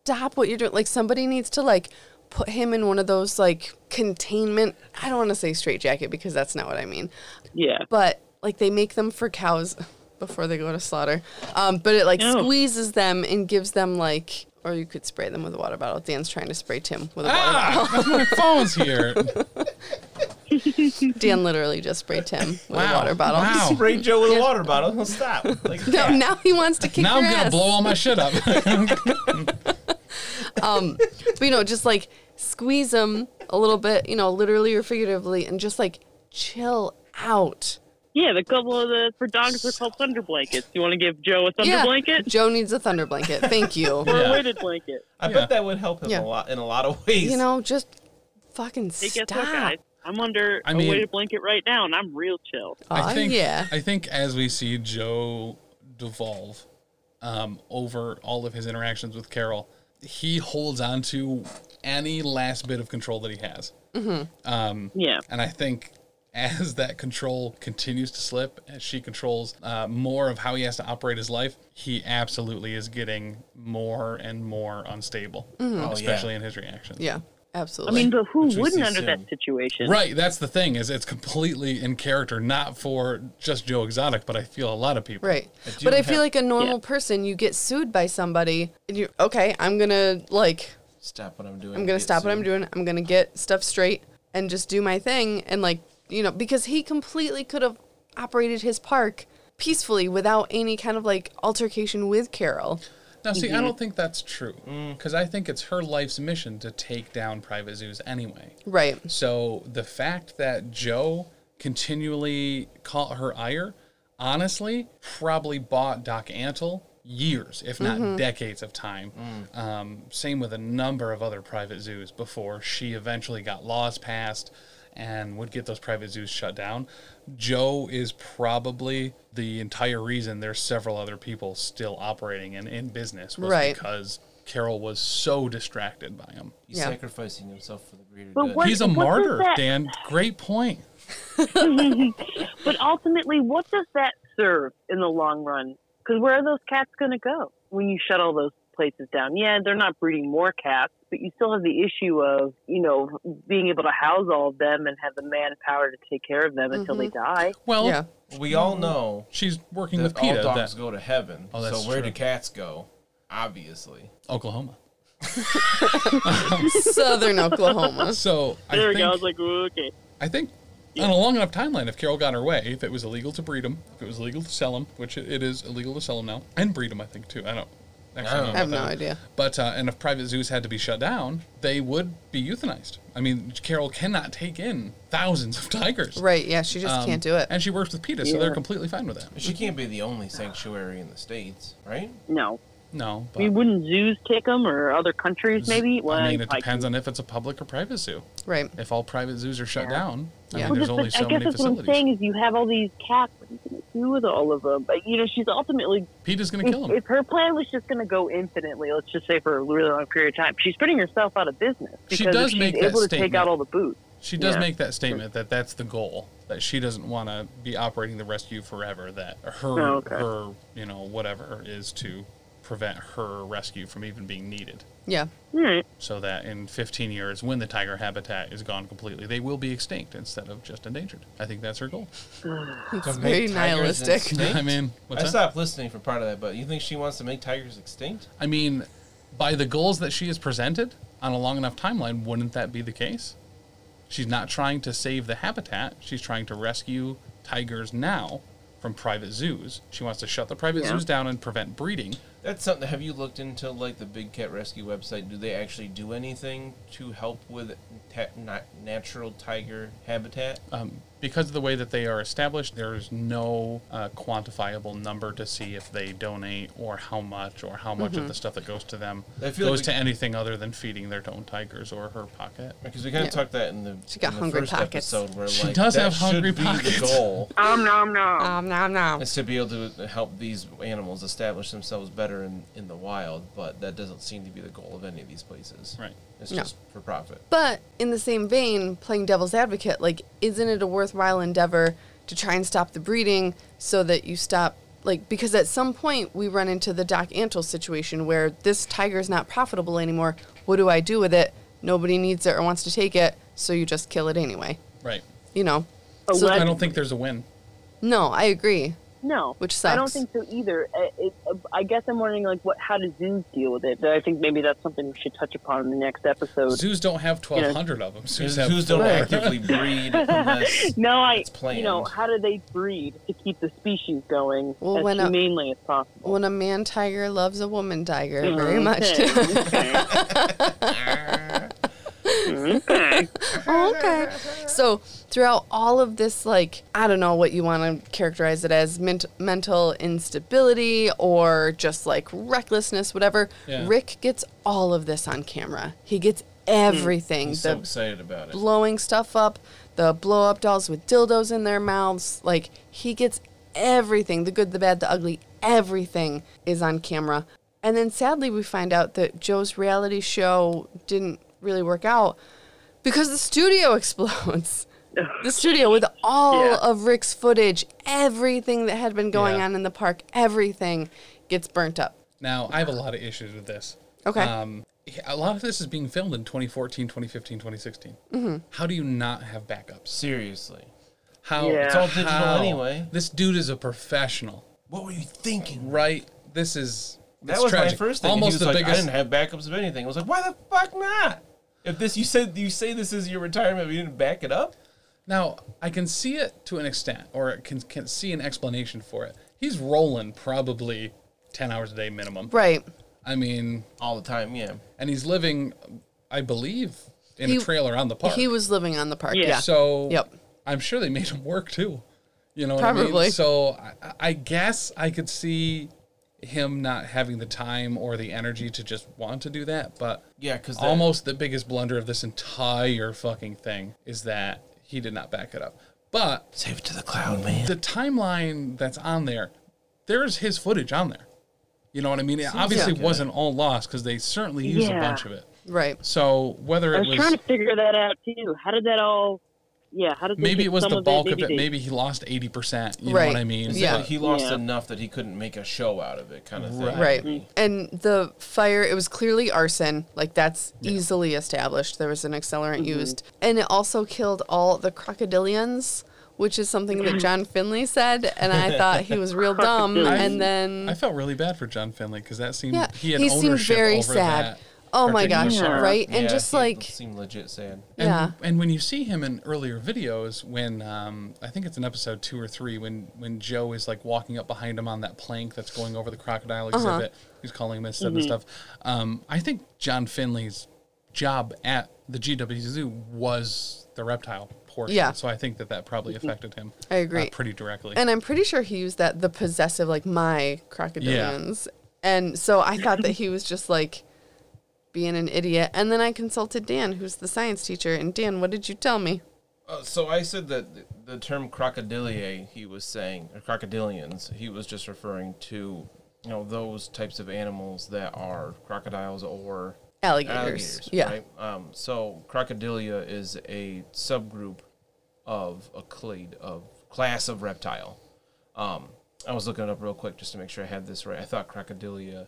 stop what you're doing. Like, somebody needs to, like, put him in one of those, like, containment. I don't want to say straight jacket because that's not what I mean.
Yeah,
But, like, they make them for [LAUGHS] cows before they go to slaughter. Um, but it, like,
Ew.
squeezes them and gives them, like, Or you could spray them with a water bottle. Dan's trying to spray Tim with a
Ah, [LAUGHS] my phone's here.
water. Dan literally just sprayed Tim with
Wow.
a water bottle.
[LAUGHS]
Wow.
Spray Joe with a water bottle.
[LAUGHS]
He'll stop. Like,
No, now he wants to kick
now
your
I'm gonna
ass.
blow all my shit up.
But you know, just like squeeze them a little bit, you know, literally or figuratively, and just like chill out.
Yeah, the couple of the for dogs are called thunder blankets. You want to give Joe a thunder blanket
Joe needs a thunder blanket. Thank
[LAUGHS]
you.
or
Yeah.
a weighted blanket?
I
Yeah.
bet that would help him
Yeah.
a lot in a lot of ways.
you know, just fucking
Hey, guess
stop.
what, guys? I'm under
I
a
mean-
weighted blanket right now, and I'm real chill.
Aw,
I think,
Ah, Oh, yeah.
I think as we see Joe devolve um, over all of his interactions with Carol, he holds on to any last bit of control that he has.
Yeah,
And Um, I think as [LAUGHS] that control continues to slip, as she controls uh, more of how he has to operate his life, he absolutely is getting more and more unstable,
yeah.
especially in his reactions.
Mm. Oh, yeah,
I
absolutely.
mean, but who
Which we
wouldn't
see
under
soon.
that situation?
Right, [LAUGHS] that's the thing is it's completely in character, not for just Joe Exotic, but I feel a lot of people.
right.
I do
but I
have-
feel like a normal
Yeah.
person, you get sued by somebody, and you okay, I'm gonna like,
Stop what I'm doing.
I'm gonna stop what I'm doing. I'm gonna get stuff straight and just do my thing, and like, you know, because he completely could have operated his park peacefully without any kind of like altercation with Carol.
Now, see, I don't think that's true because I think it's her life's mission to take down private zoos anyway.
Right.
So the fact that Joe continually caught her ire, honestly, probably bought Doc Antle years, if not decades of time. Um, same with a number of other private zoos before she eventually got laws passed and would get those private zoos shut down. Joe is probably the entire reason there's several other people still operating and in business was
Right.
because Carol was so distracted by him.
He's
Yeah.
sacrificing himself for the greater
But
good.
what-
He's a
does
martyr,
that-
Dan. Great point.
[LAUGHS] But ultimately, what does that serve in the long run? Because where are those cats going to go when you shut all those places down? Yeah, they're not breeding more cats, but you still have the issue of, you know, being able to house all of them and have the manpower to take care of them until they die.
Well,
Yeah.
we all know
she's working
E that
with
all
PETA
dogs
that
go to heaven.
Oh, that's
so where
true.
do cats go? Obviously.
Oklahoma.
[LAUGHS] Southern Oklahoma.
So I
There we
think,
go. I was like, okay.
I think on a long enough timeline, if Carol got her way, if it was illegal to breed them, if it was illegal to sell them, which it- it is illegal to sell them now, and breed them, I think too. I don't. Actually,
I don't
know
know.
I have
[LAUGHS] about
no
that.
idea.
But uh, and if private zoos had to be shut down, they would be euthanized. I mean, Carol cannot take in thousands of tigers.
Right. Yeah. She just
Um,
can't do it.
And she works with PETA, so
Yeah.
they're completely fine with that.
She can't be the only sanctuary in the states, right?
No.
No,
I
but
mean, wouldn't zoos take them or other countries maybe? Well,
I mean, it
I-
depends on if it's a public or private zoo.
right.
If all private zoos are shut
Yeah.
down, I
Yeah.
mean, there's
that's
only
what-
so
I guess
many
that's what I'm
facilities.
saying is you have all these cats. What are you going to do with all of them? But, you know, she's ultimately
PETA's going to
if,
kill them.
if her plan was just going to go infinitely, let's just say for a really long period of time, she's putting herself out of business
She
because
does
if she's
make that
able to
statement.
take out all the boots.
She does
Yeah.
make that statement that that's the goal that she doesn't want to be operating the rescue forever. That her
Oh, okay.
her you know whatever is to prevent her rescue from even being needed.
Yeah.
All right.
So that in 15 years, when the tiger habitat is gone completely, they will be extinct instead of just endangered. I think that's her goal.
It's
make
very
tigers
nihilistic.
and-
I mean, what's
[LAUGHS] I
that?
stopped listening for part of that, but you think she wants to make tigers extinct?
I mean, by the goals that she has presented on a long enough timeline, wouldn't that be the case? She's not trying to save the habitat. She's trying to rescue tigers now from private zoos. She wants to shut the private
Yeah.
zoos down and prevent breeding.
That's something. Have you looked into like the Big Cat Rescue website? Do they actually do anything to help with ta- not natural tiger habitat?
Um, because of the way that they are established, there's no uh, quantifiable number to see if they donate or how much or how much of the stuff that goes to them
I
goes
feel like we-
to anything other than feeding their own tigers or her pocket.
Because we kind of
Yeah.
talked that in the,
She got
in the
hungry
first
pockets.
episode where
She
like
does
that
have hungry
should be
pockets.
The
[LAUGHS]
goal
Um, nom, nom.
Um, nom, nom.
is to be able to help these animals establish themselves better in, in the wild, but that doesn't seem to be the goal of any of these places.
Right.
It's
No.
just for profit.
But in the same vein, playing devil's advocate, like, isn't it a worthwhile endeavor to try and stop the breeding so that you stop, like, because at some point we run into the Doc Antle situation where this tiger's not profitable anymore. What do I do with it? Nobody needs it or wants to take it, so you just kill it anyway.
Right.
You know?
Oh,
So
what?
I
that-
don't think there's a win.
no, I agree.
No,
Which
I don't
sucks.
think so either. I- It, uh, I guess I'm wondering like what how do zoos deal with it? But I think maybe that's something we should touch upon in the next episode.
Zoos don't have 1,200 of them. Zoos
Zoos,
have
zoos don't
four.
actively
[LAUGHS]
breed unless
no, I
It's planned.
you know how do they breed to keep the species going
Well,
as
when uh, a-
humanely as possible?
When a man tiger loves a woman tiger very much. [LAUGHS]
Okay, okay. okay.
Oh, okay. So throughout all of this, like I don't know what you want to characterize it as ment- mental instability or just like recklessness, whatever.
Yeah.
Rick gets all of this on camera. He gets everything.
he's so
the
excited about it.
blowing stuff up, the blow up dolls with dildos in their mouths. Like he gets everything the good, the bad, the ugly, everything is on camera. And then sadly, we find out that Joe's reality show didn't really work out because the studio [LAUGHS] explodes. The studio with all
Yeah.
of Rick's footage, everything that had been going
Yeah.
on in the park, everything gets burnt up.
Now, I have a lot of issues with this.
Okay.
Um, a lot of this is being filmed in 2014, 2015, 2016.
Mm-hmm.
How do you not have backups?
Seriously.
How
Yeah. It's all
digital
how-
anyway.
This dude is a professional,
What were you thinking?
right? This is
That
it's
was
tragic.
my first thing.
Almost
he was
the
like,
biggest.
I didn't have backups of anything. I was like, why the fuck not? If this you said you say this is your retirement, but you didn't back it up.
Now I can see it to an extent, or can can see an explanation for it. He's rolling probably ten hours a day minimum.
right.
I mean,
All the time, yeah.
and he's living, I believe, in
He-
a trailer on the park.
He was living on the park.
Yeah.
Yeah.
So
Yep.
I'm sure they made him work too. You know what I
Probably.
mean? So I, I guess I could see him not having the time or the energy to just want to do that. But
Yeah, because
almost the biggest blunder of this entire fucking thing is that he did not back it up. But
save it to the cloud, man.
the timeline that's on there, there's his footage on there. You know what I mean? It obviously
like it.
wasn't all lost because they certainly used a
Yeah.
bunch of it.
right.
So whether
I
it
was
was
trying to figure that out too. How did that all? Yeah, how did they
maybe
get
it was
some
the bulk of it.
they-
Maybe he lost eighty percent. You
Right.
know what I mean?
Exactly.
He lost
Yeah.
enough that he couldn't make a show out of it, kind of thing.
Right. And the fire, it was clearly arson. Like, that's easily established. There was an accelerant
Mm-hmm.
used. And it also killed all the crocodilians, which is something that
[CLEARS THROAT]
John Finley said. And I thought he was real dumb.
Crocodilians.
and then,
I felt really bad for John Finley because that seemed
yeah,
he had
he
ownership
seemed very
over
sad.
that.
Oh my
particular
gosh.
song.
Right. And
Yeah,
just
he
like,
seemed legit sad.
And,
yeah.
and when you see him in earlier videos, when um, I think it's in episode two or three, when when Joe is like walking up behind him on that plank that's going over the crocodile
Uh-huh.
exhibit, he's calling him and stuff
Mm-hmm.
and stuff. Um, I think John Finley's job at the GW Zoo was the reptile portion.
Yeah. Mm-hmm.
So I think that that probably affected him.
I agree.
uh, pretty directly.
And I'm pretty sure he used that the possessive, like my crocodilians. And so I thought that he was just like being an idiot. And then I consulted Dan, who's the science teacher. And Dan, what did you tell me?
Uh, so I said that th- the term crocodilier he was saying, or crocodilians, he was just referring to, you know, those types of animals that are crocodiles or
Alligators. yeah.
Right? Um, so crocodilia is a subgroup of a clade of class of reptile. Um, I was looking it up real quick just to make sure I had this right. I thought crocodilia,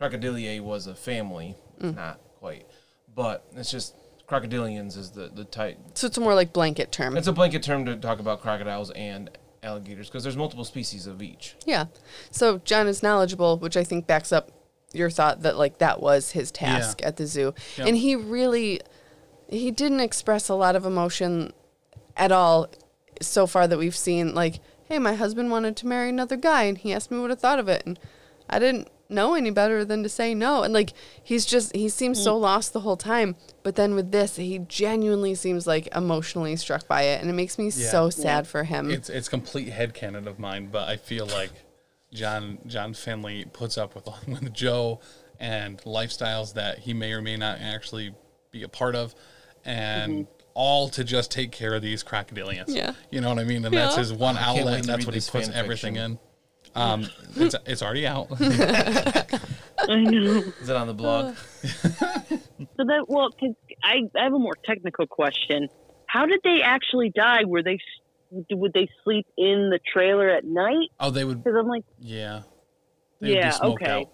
crocodiliae was a family,
Mm.
not quite, but it's just crocodilians is the the type.
So it's a more like blanket term.
It's a blanket term to talk about crocodiles and alligators because there's multiple species of each.
yeah. So John is knowledgeable, which I think backs up your thought that like that was his task at the zoo.
Yeah.
And he really he didn't express a lot of emotion at all so far that we've seen like hey my husband wanted to marry another guy and he asked me what i thought of it and i didn't know any better than to say no and like he's just he seems
Mm.
so lost the whole time but then with this he genuinely seems like emotionally struck by it and it makes me so sad for him
it's it's complete headcanon of mine, but I feel like John John Finley puts up with [LAUGHS] with Joe and lifestyles that he may or may not actually be a part of, and all to just take care of these crocodilians.
Yeah.
you know what I mean. And that's
Yeah.
his one outlet,
wait
and
to
that's
read
what he
this
puts
fan
everything
fiction.
in. Um, it's it's already out. [LAUGHS]
[LAUGHS] I know.
Is it on the blog?
So that well, 'cause I, I have a more technical question. How did they actually die? Were they would they sleep in the trailer at night?
oh, they would.
Because I'm like,
Yeah.
Yeah, okay.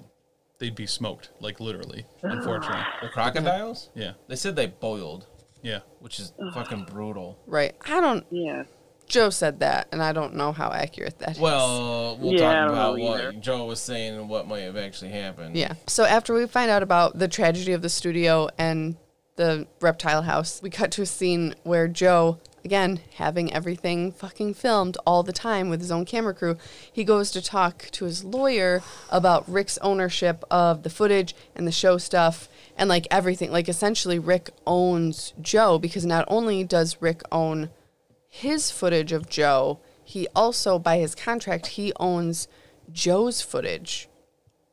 They'd be smoked, like literally. Unfortunately.
[SIGHS] the crocodiles?
Yeah.
They said they boiled,
Yeah.
which is fucking brutal.
right i don't
yeah,
Joe said that, and I don't know how accurate that is.
Well, we'll
Yeah, I
talk
don't
about
know either.
what Joe was saying and what might have actually happened.
Yeah. So after we find out about the tragedy of the studio and the reptile house, we cut to a scene where Joe, again, having everything fucking filmed all the time with his own camera crew, he goes to talk to his lawyer about Rick's ownership of the footage and the show stuff and like everything. Like essentially Rick owns Joe because not only does Rick own his footage of Joe, he also by his contract he owns Joe's footage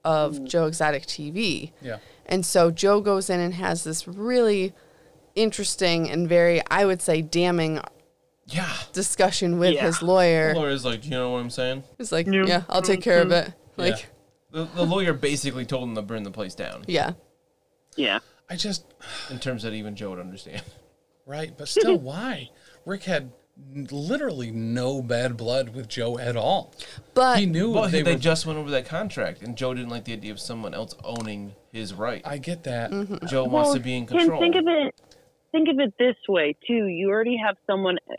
of Joe Exotic TV.
Yeah.
And so Joe goes in and has this really interesting and very, I would say, damning
Yeah.
discussion with
Yeah.
his lawyer.
The lawyer's like, Do you know what I'm saying?
He's like,
Yeah.
yeah, I'll take care of it. Like,
The, the lawyer basically told him to burn the place down
yeah.
Yeah.
I just
in terms that even Joe would understand.
right,
[LAUGHS]
but still, why? Rick had n- literally no bad blood with Joe at all.
But
he knew
Well,
they,
they,
were.
just went over that contract, and Joe didn't like the idea of someone else owning his right.
I get that.
Mm-hmm.
Joe wants to be in
Tim,
control.
think of it. Think of it this way too. You already have someone uh,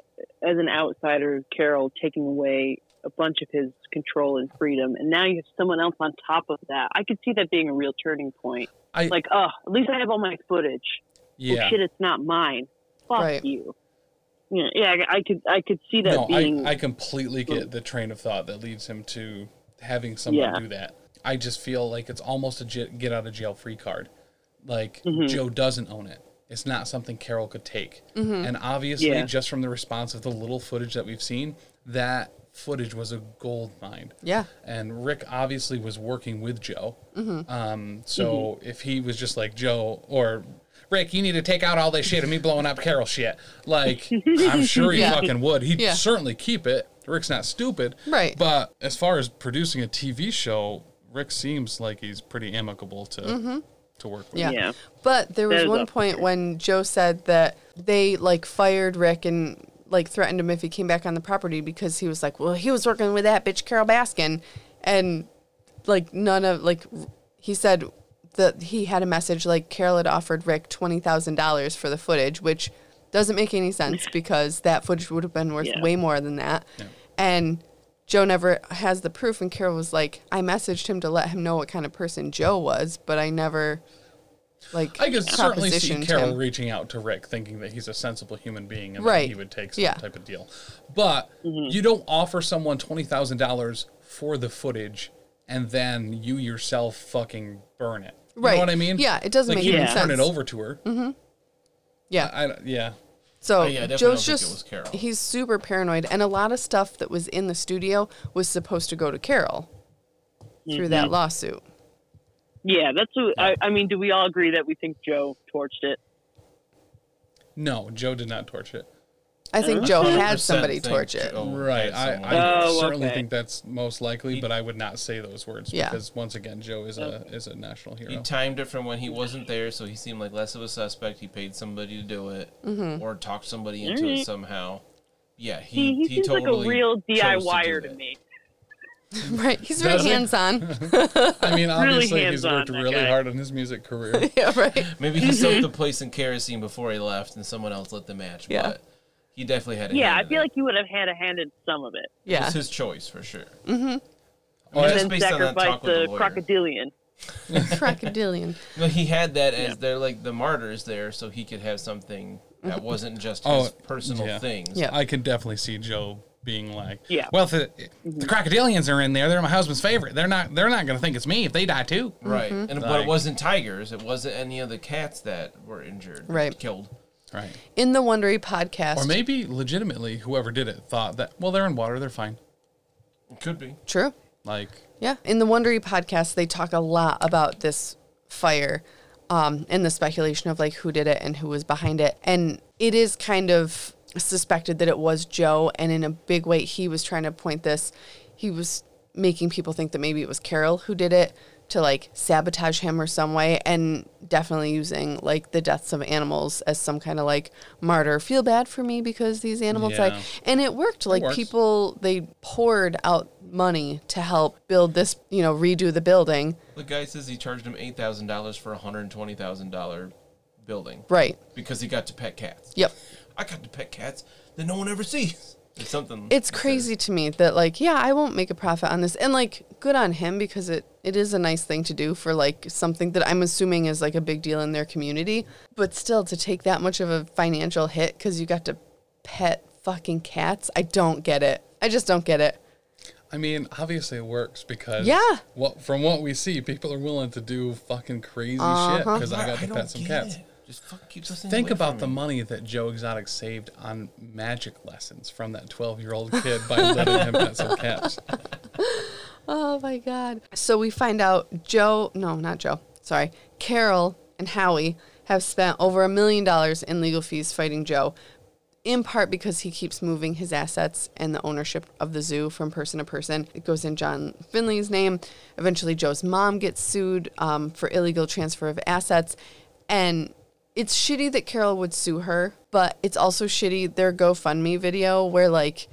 as an outsider, Carol, taking away a bunch of his control and freedom, and now you have someone else on top of that. I could see that being a real turning point.
I
Like, oh, at least I have all my footage.
yeah.
Oh shit, it's not mine. Fuck
Right.
you. Yeah, yeah, I, I could, I could see that
No,
being. Mm.
I, I completely get the train of thought that leads him to having someone
Yeah.
do that. I just feel like it's almost a j- get out of jail free card. Like
Mm-hmm.
Joe doesn't own it. It's not something Carol could take. And obviously,
Mm-hmm. Yeah.
just from the response of the little footage that we've seen, that footage was a gold mine.
Yeah.
And Rick obviously was working with Joe.
Mm-hmm.
Um, so if he was just like Joe or Rick, you need to take out all this shit of me blowing up Carol shit. Like I'm sure
[LAUGHS]
he
Yeah.
fucking would. He'd
Yeah.
certainly keep it. Rick's not stupid.
Right.
But as far as producing a TV show, Rick seems like he's pretty amicable to to work
Mm-hmm.
with.
Yeah.
Yeah.
But there was
That is
one
up
point when Joe said that they like fired Rick and like threatened him if he came back on the property because he was like, well, he was working with that bitch Carol Baskin, and like none of like he said that he had a message like Carol had offered Rick twenty thousand dollars for the footage, which doesn't make any
[LAUGHS]
sense because that footage would have been worth
Yeah.
way more than that, and. Joe never has the proof, and Carol was like, "I messaged him to let him know what kind of person Joe was, but I never like
I could certainly see
propositioned
Carol
him.
reaching out to Rick, thinking that he's a sensible human being and that
Right.
he would take some
Yeah.
type of deal. But
Mm-hmm.
you don't offer someone twenty thousand dollars for the footage, and then you yourself fucking burn it. You
Right.
know what I mean?
Yeah, it doesn't
like,
make
you
any
didn't Turn it
sense. Mm-hmm.
over to her.
yeah
I don't- yeah.
so
Oh, yeah, I definitely
joe's
don't think it was
just
Carol.
he's super paranoid and a lot of stuff that was in the studio was supposed to go to carol through that lawsuit
yeah, that's. What, I, I mean, do we all agree that we think Joe torched it?
No, Joe did not torch it.
i think joe had
100%
somebody
think
torch it
Joe
Right.
had
I,
someone.
I
Oh,
certainly
okay.
think that's most likely, but I would not say those words
Yeah.
because once again, Joe is a is a national hero.
He timed it from when he wasn't there, so he seemed like less of a suspect. He paid somebody to do it,
Mm-hmm.
or talked somebody into it
Alright.
somehow. Yeah, he
He, he,
he,
seems
totally
like a real
chose to do
DIYer to
that.
me.
[LAUGHS] right he's very
Does he?
hands-on [LAUGHS]
[LAUGHS]
I mean, obviously, he's
hands-on,
worked
that
really
guy.
hard on his music
[LAUGHS]
career.
yeah right
Maybe he
Mm-hmm.
soaked the place in kerosene before he left, and someone else lit the match.
Yeah.
but he definitely had. A
Yeah,
hand
I
in
feel
it.
like he would have had a hand in some of it.
It
yeah Mm-hmm.
was his choice for sure.
Or
Yeah.
as-
Just
then
based on that
sacrifice
talk with
the,
the lawyer.
crocodilian.
crocodilian
No, he had that as they're like the martyrs there, so he could have something that wasn't just his
Oh,
personal
yeah.
things.
Mm-hmm. Yeah.
I could definitely see Joe being like,
Yeah.
Well, if the,
Mm-hmm.
the crocodilians are in there, they're my husband's favorite. They're not. They're not going to think it's me if they die too.
Right,
Mm-hmm.
and but
Like-
it wasn't tigers. It wasn't any of the cats that were injured,
Right.
Killed.
Right.
in the wondery podcast
Or maybe legitimately, whoever did it thought that well, they're in water, they're fine.
It could be.
true
Like
Yeah. In the Wondery podcast, they talk a lot about this fire um, and the speculation of like who did it and who was behind it. And it is kind of suspected that it was Joe. And in a big way, he was trying to point this. He was making people think that maybe it was Carol who did it to like sabotage him or some way and definitely using like the deaths of animals as some kind of like martyr feel bad for me because these animals
Yeah.
like and it worked like
works.
people people they poured out money to help build this, you know, redo the building.
The guy says he charged him eight thousand dollars for a hundred and twenty thousand dollar building
Right.
because he got to pet cats.
Yep.
I got to pet cats that no one ever sees. It's something.
it's crazy to me that like yeah i won't make a profit on this and like good on him because it it is a nice thing to do for like something that i'm assuming is like a big deal in their community but still to take that much of a financial hit because you got to pet fucking cats i don't get it i just don't get it
I mean, obviously it works because
Yeah.
what from what we see, people are willing to do fucking crazy shit
Uh-huh.
'cause shit because I got to pet some cats.
Just fuck, keep those things
Think
away from
about the
me.
money that Joe Exotic saved on magic lessons from that 12 year
[LAUGHS]
old kid by letting him pet some cats.
oh my god so we find out joe no not joe sorry carol and howie have spent over a million dollars in legal fees fighting joe in part because he keeps moving his assets and the ownership of the zoo from person to person. It goes in John Finley's name. Eventually, Joe's mom gets sued um, for illegal transfer of assets. And it's shitty that Carol would sue her, but it's also shitty their GoFundMe video where, like,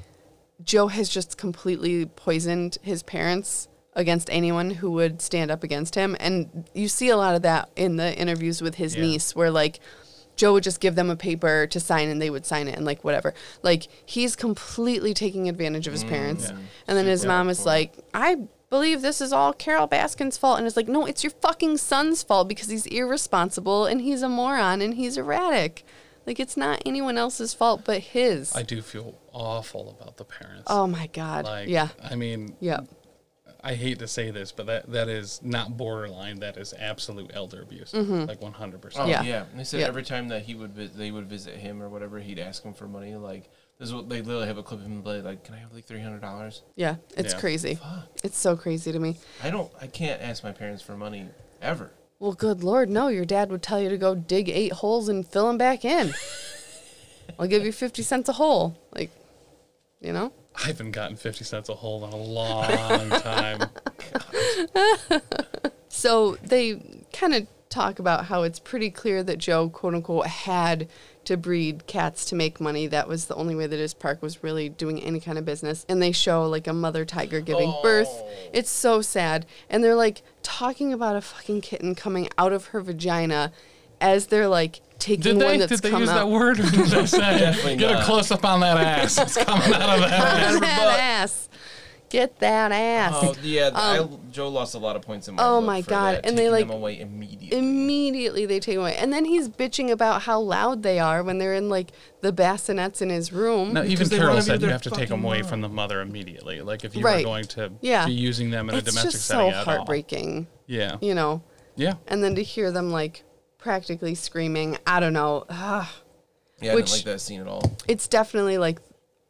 Joe has just completely poisoned his parents against anyone who would stand up against him. And you see a lot of that in the interviews with his
Yeah.
niece, where, like, Joe would just give them a paper to sign and they would sign it and like whatever. Like he's completely taking advantage of
Mm,
his parents. And then his mom is like, I believe this is all Carol Baskin's fault. And it's like, no, it's your fucking son's fault because he's irresponsible and he's a moron and he's erratic. Like it's not anyone else's fault but his.
I do feel awful about the parents.
oh my God.
like,
yeah.
I mean,
Yeah.
I hate to say this, but that, that is not borderline. That is absolute elder abuse. Like 100%.
Oh,
Mm-hmm. Yeah.
yeah. And they said
Yeah.
every time that he would vi- they would visit him or whatever, he'd ask him for money. Like this is what they literally have a clip of him like, like, can I have like three hundred dollars?
Yeah. It's
Yeah.
crazy. It's so crazy to me.
I don't. I can't ask my parents for money ever.
Well, good Lord, no. Your dad would tell you to go dig eight holes and fill them back in. I'll give you 50 cents a hole. Like, you know?
I haven't gotten 50 cents a hole in
[LAUGHS]
a long time.
So they kind of talk about how it's pretty clear that Joe, quote unquote, had to breed cats to make money. That was the only way that his park was really doing any kind of business. And they show like a mother tiger giving birth.
Oh.
It's so sad. And they're like talking about a fucking kitten coming out of her vagina as they're like taking
Did
one
they?
that's
Did they
come
use
out. [LAUGHS]
that word? Or did they say,
Definitely
Get a
not.
close up on that ass. It's coming out of that.
Get
ass."
that ass. Get that ass.
Oh yeah, I, Joe lost a lot of points in my.
Um, oh
book
my
for
God,
that,
and they,
taking
like,
them away immediately.
immediately they take him away. And then he's bitching about how loud they are when they're in like the bassinets in his room.
No, even
Because they
Carol
wanna be
said you
their
have to take them
fucking
away
mom.
from the mother immediately. Like if you
Right.
were going to
Yeah.
be using them in a
it's
domestic
just
setting
so
at
heartbreaking,
all. Yeah.
you know.
Yeah.
And then to hear them like practically screaming, I don't know. Ugh.
yeah, I
which-
didn't like that scene at all.
It's definitely like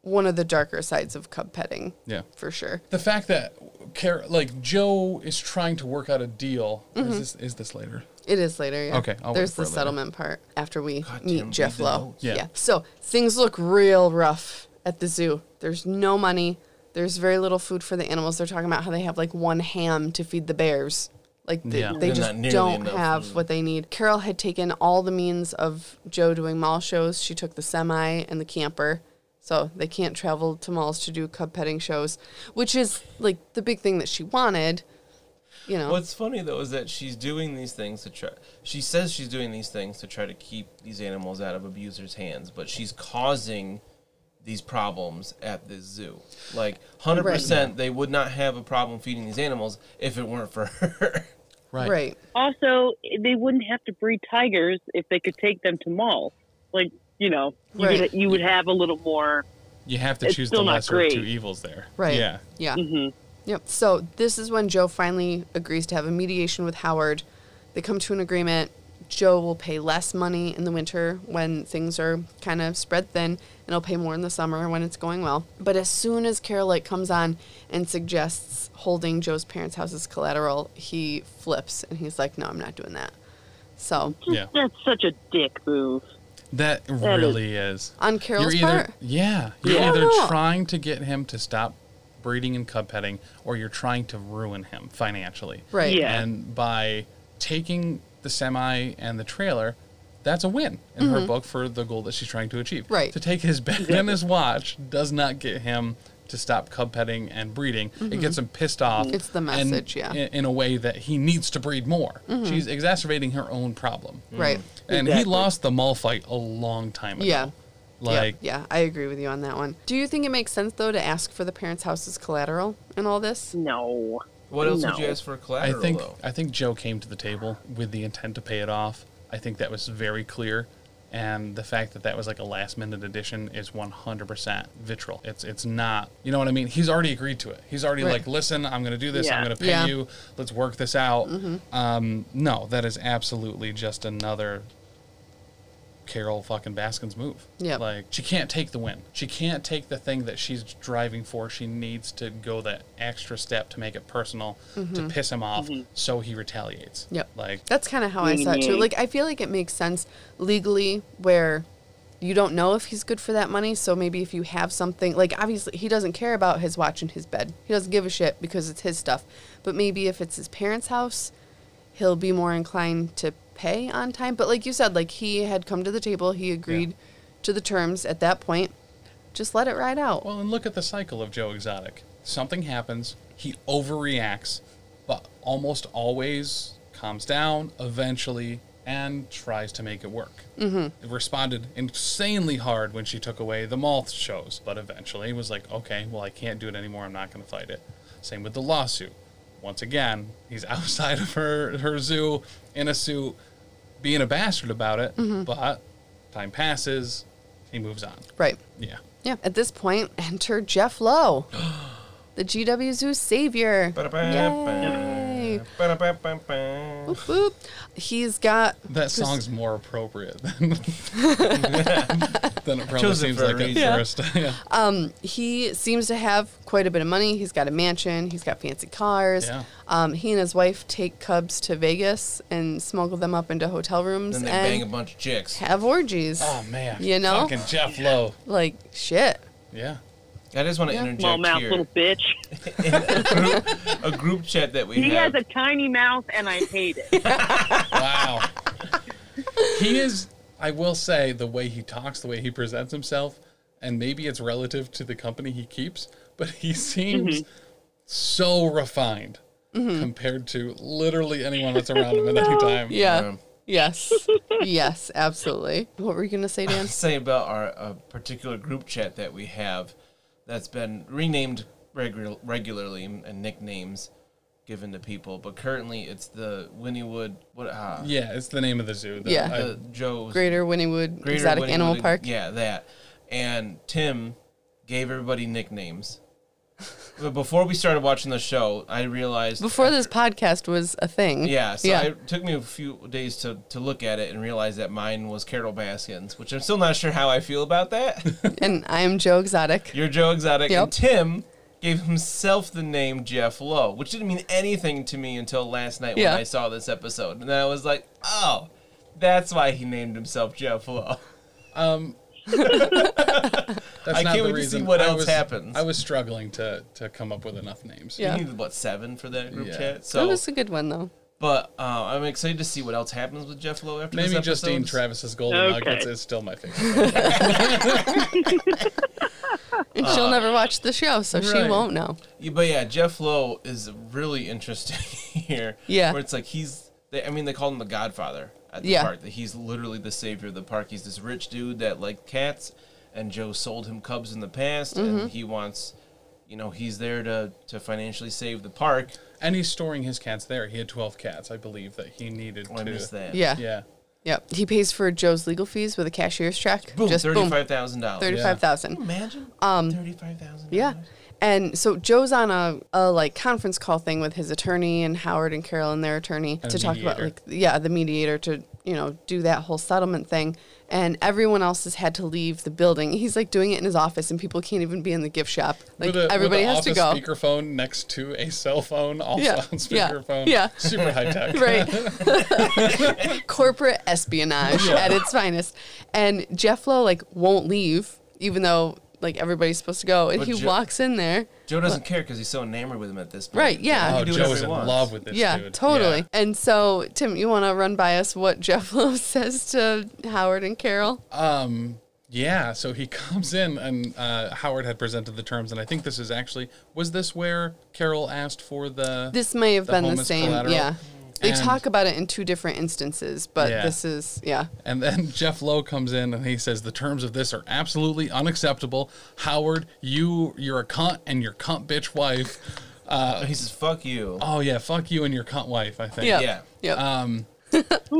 one of the darker sides of cub petting
Yeah.
for sure.
The fact that Car- like Joe is trying to work out a deal. or
Mm-hmm.
Is this is this later?
It is later, yeah.
Okay, I'll wait
There's the
for it later.
settlement part after we
damn,
meet
read
Jeff
the
Lowe.
notes.
Yeah.
So things look real rough at the zoo. There's no money. There's very little food for the animals. They're talking about how they have like one ham to feed the bears. Like they,
Yeah.
they
They're
just
not nearly
don't
enough
have
food.
what they need. Carol had taken all the means of Joe doing mall shows. She took the semi and the camper. So they can't travel to malls to do cub petting shows, which is like the big thing that she wanted. You know.
What's funny though is that she's doing these things to try. She says she's doing these things to try to keep these animals out of abusers' hands, but she's causing these problems at this zoo. Like hundred percent, they would not have a problem feeding these animals if it weren't for her. [LAUGHS]
Right.
right.
Also, they wouldn't have to breed tigers if they could take them to mall. Like, you know, you,
Right.
would, you would have a little more.
You have to
It's
choose the
still not
lesser of two
great.
evils there.
Right.
Yeah.
Yeah.
Mhm.
Yep. So this is when Joe finally agrees to have a mediation with Howard. They come to an agreement. Joe will pay less money in the winter when things are kind of spread thin, and he'll pay more in the summer when it's going well. But as soon as Carol Lake comes on and suggests holding Joe's parents' house as collateral, he flips and he's like, "No, I'm not doing that." So
[LAUGHS]
Yeah.
That's such a dick move.
That
is-
really is.
on Carol's
you're either,
part,
Yeah. You're
Yeah.
either
No.
trying to get him to stop breeding and cub petting or you're trying to ruin him financially.
right?
Yeah.
And by taking the semi and the trailer, that's a win in her book for the goal that she's trying to achieve.
Mm-hmm. Right.
To take his bag and his watch does not get him to stop cub petting and breeding. It gets him pissed off.
Mm-hmm. It's the
and-
message, yeah. Mm-hmm.
In, in a way that he needs to breed more. She's exacerbating her own problem.
Right.
And he
Exactly.
lost the mall fight a long time ago.
Yeah.
Like,
yeah, yeah, I agree with you on that one. Do you think it makes sense though to ask for the parents' house as collateral in all this?
No.
What else would
No.
you ask for
I
collateral?
think
though?
I think Joe came to the table with the intent to pay it off. I think that was very clear, and the fact that that was like a last minute addition is 100% vitriol. It's it's not. You know what I mean? He's already agreed to it. He's already
Right.
like, listen, I'm going to do this.
Yeah.
I'm going to pay
Yeah. Mm-hmm.
you. Let's work this out. Um, no, that is absolutely just another Carol fucking Baskin's move.
Yep.
Like she can't take the win. She can't take the thing that she's driving for. She needs to go that extra step to make it personal, to piss him off, so he retaliates.
Yep.
Like
That's kind of how I saw it too.
Mhm.
Like, I feel like it makes sense legally where you don't know if he's good for that money. So maybe if you have something, like, obviously he doesn't care about his watch in his bed, he doesn't give a shit because it's his stuff. But maybe if it's his parents' house, he'll be more inclined to pay on time. But like you said, like, he had come to the table, he agreed to the terms at that point. Just let it ride out.
Well, and look at the cycle of Joe Exotic. Something happens, he overreacts, but almost always calms down eventually and tries to make it work. Mm-hmm. Responded insanely hard when she took away the malt shows, but eventually was like, okay, well, I can't do it anymore. I'm not going to fight it. Same with the lawsuit. Once again, he's [LAUGHS] outside of her, her zoo in a suit, being a bastard about it, but time passes, he moves on.
right.
Yeah.
Yeah. At this point, [LAUGHS] enter Jeff Lowe, the GW Zoo savior. Yay.
Ba-da-ba-ba. Ba-da-ba-ba-ba.
Boop, boop. He's got
That song's more appropriate than, [LAUGHS] than it probably
Chosen
seems
for a
like at
reason.
first. [LAUGHS] yeah.
Uh, he seems to have quite a bit of money. He's got a mansion. He's got fancy cars.
Yeah.
Um, he and his wife take cubs to Vegas and smuggle them up into hotel rooms
Then they bang a
and
bunch of chicks.
have orgies.
Oh man,
You know?
fucking Jeff Lowe.
Like shit.
Yeah,
I just want to
Yeah.
Small
interject
mouth,
here.
little
[LAUGHS]
bitch.
a group chat that we
He
have.
has a tiny mouth, and I hate
[LAUGHS]
it.
wow. [LAUGHS] he is. I will say the way he talks, the way he presents himself, and maybe it's relative to the company he keeps, but he seems
Mm-hmm.
so refined
Mm-hmm.
compared to literally anyone that's around him at
[LAUGHS]
any time.
Yeah.
Um,
Yes. [LAUGHS] yes. Absolutely. What were you gonna say,
[LAUGHS]
Dan?
say about our uh, particular group chat that we have that's been renamed regu- regularly and nicknames given to people, but currently it's the Winniewood what uh,
Yeah, it's the name of the zoo. The,
Yeah.
I-
the Joe's
Greater Winniewood Exotic
Winniewood-
Animal Park.
Yeah, that. And Tim gave everybody
[LAUGHS]
nicknames. but before we started watching the show, I realized
Before this podcast was a thing.
Yeah, so
yeah.
it took me a few days to, to look at it and realize that mine was Carol Baskins, which I'm still not sure how I feel about that. [LAUGHS]
and I am Joe Exotic.
You're Joe Exotic,
Yep.
and Tim gave himself the name Jeff Lowe, which didn't mean anything to me until last night
Yeah.
when I saw this episode, and then I was like, oh, that's why he named himself Jeff Lowe. [LAUGHS]
Um, That's
I
not
can't
the
wait to see
reason.
what
I
else
was-
happens.
I was struggling to to come up with enough names.
Yeah.
We needed what seven for that group
Yeah.
chat.
that
So,
was a good one though.
but uh, I'm excited to see what else happens with Jeff Lowe after
Maybe
this episode.
Justine Travis's Golden
Okay.
Nuggets is still my favorite. [LAUGHS]
And she'll never watch the show, so she
right.
won't know.
Yeah, but yeah, Jeff Lowe is really interesting [LAUGHS] here.
Yeah.
Where it's like he's, they, I mean, they call him the Godfather at the
Yeah.
park. That he's literally the savior of the park. He's this rich dude that like cats, and Joe sold him Cubs in the past,
Mm-hmm.
and he wants, you know, he's there to to financially save the park.
and he's storing his cats there. He had 12 cats, I believe, that he needed
Oh, I
to.
missed that.
Yeah.
Yeah.
Yep. He pays for Joe's legal fees with a cashier's check.
Boom.
Just boom.
Thirty-five thousand dollars.
Thirty-five thousand.
Imagine. Um. Thirty-five thousand.
Yeah. And so Joe's on a, a like conference call thing with his attorney and Howard and Carol and their attorney
And
to
the
talk about like
mediator.
yeah the mediator to you know do that whole settlement thing. And everyone else has had to leave the building. He's like doing it in his office, and people can't even be in the gift shop. Like
with a,
everybody
with a
has to
office
go.
speakerphone next to a cell phone, also
Yeah.
on
Yeah.
speakerphone.
Yeah.
Super high tech.
[LAUGHS] right [LAUGHS] corporate espionage at its finest and jeff lowe like won't leave even though like everybody's supposed to go and
But
he
Je-
walks in there
Joe doesn't care because he's so enamored with him at this point.
Right, yeah.
He
Oh,
can do
Joe
whatever
is
he
in
wants.
love with this
yeah
dude.
totally and so tim you want to run by us what jeff [LAUGHS] lowe says to howard and carol
Yeah, so he [LAUGHS] comes in, and uh, Howard had presented the terms, and I think this is actually was this where Carol asked for the
this may have
the
been
home
the
is
same
collateral.
yeah They
And-
talk about it in two different instances, but
Yeah.
this is yeah.
[LAUGHS] And then Jeff Lowe comes in and he says the terms of this are absolutely unacceptable. Howard, you you're a cunt and your cunt bitch wife.
Oh, he says, "Fuck you."
Oh yeah, fuck you and your cunt wife. I think.
Yeah.
Yeah.
Yep.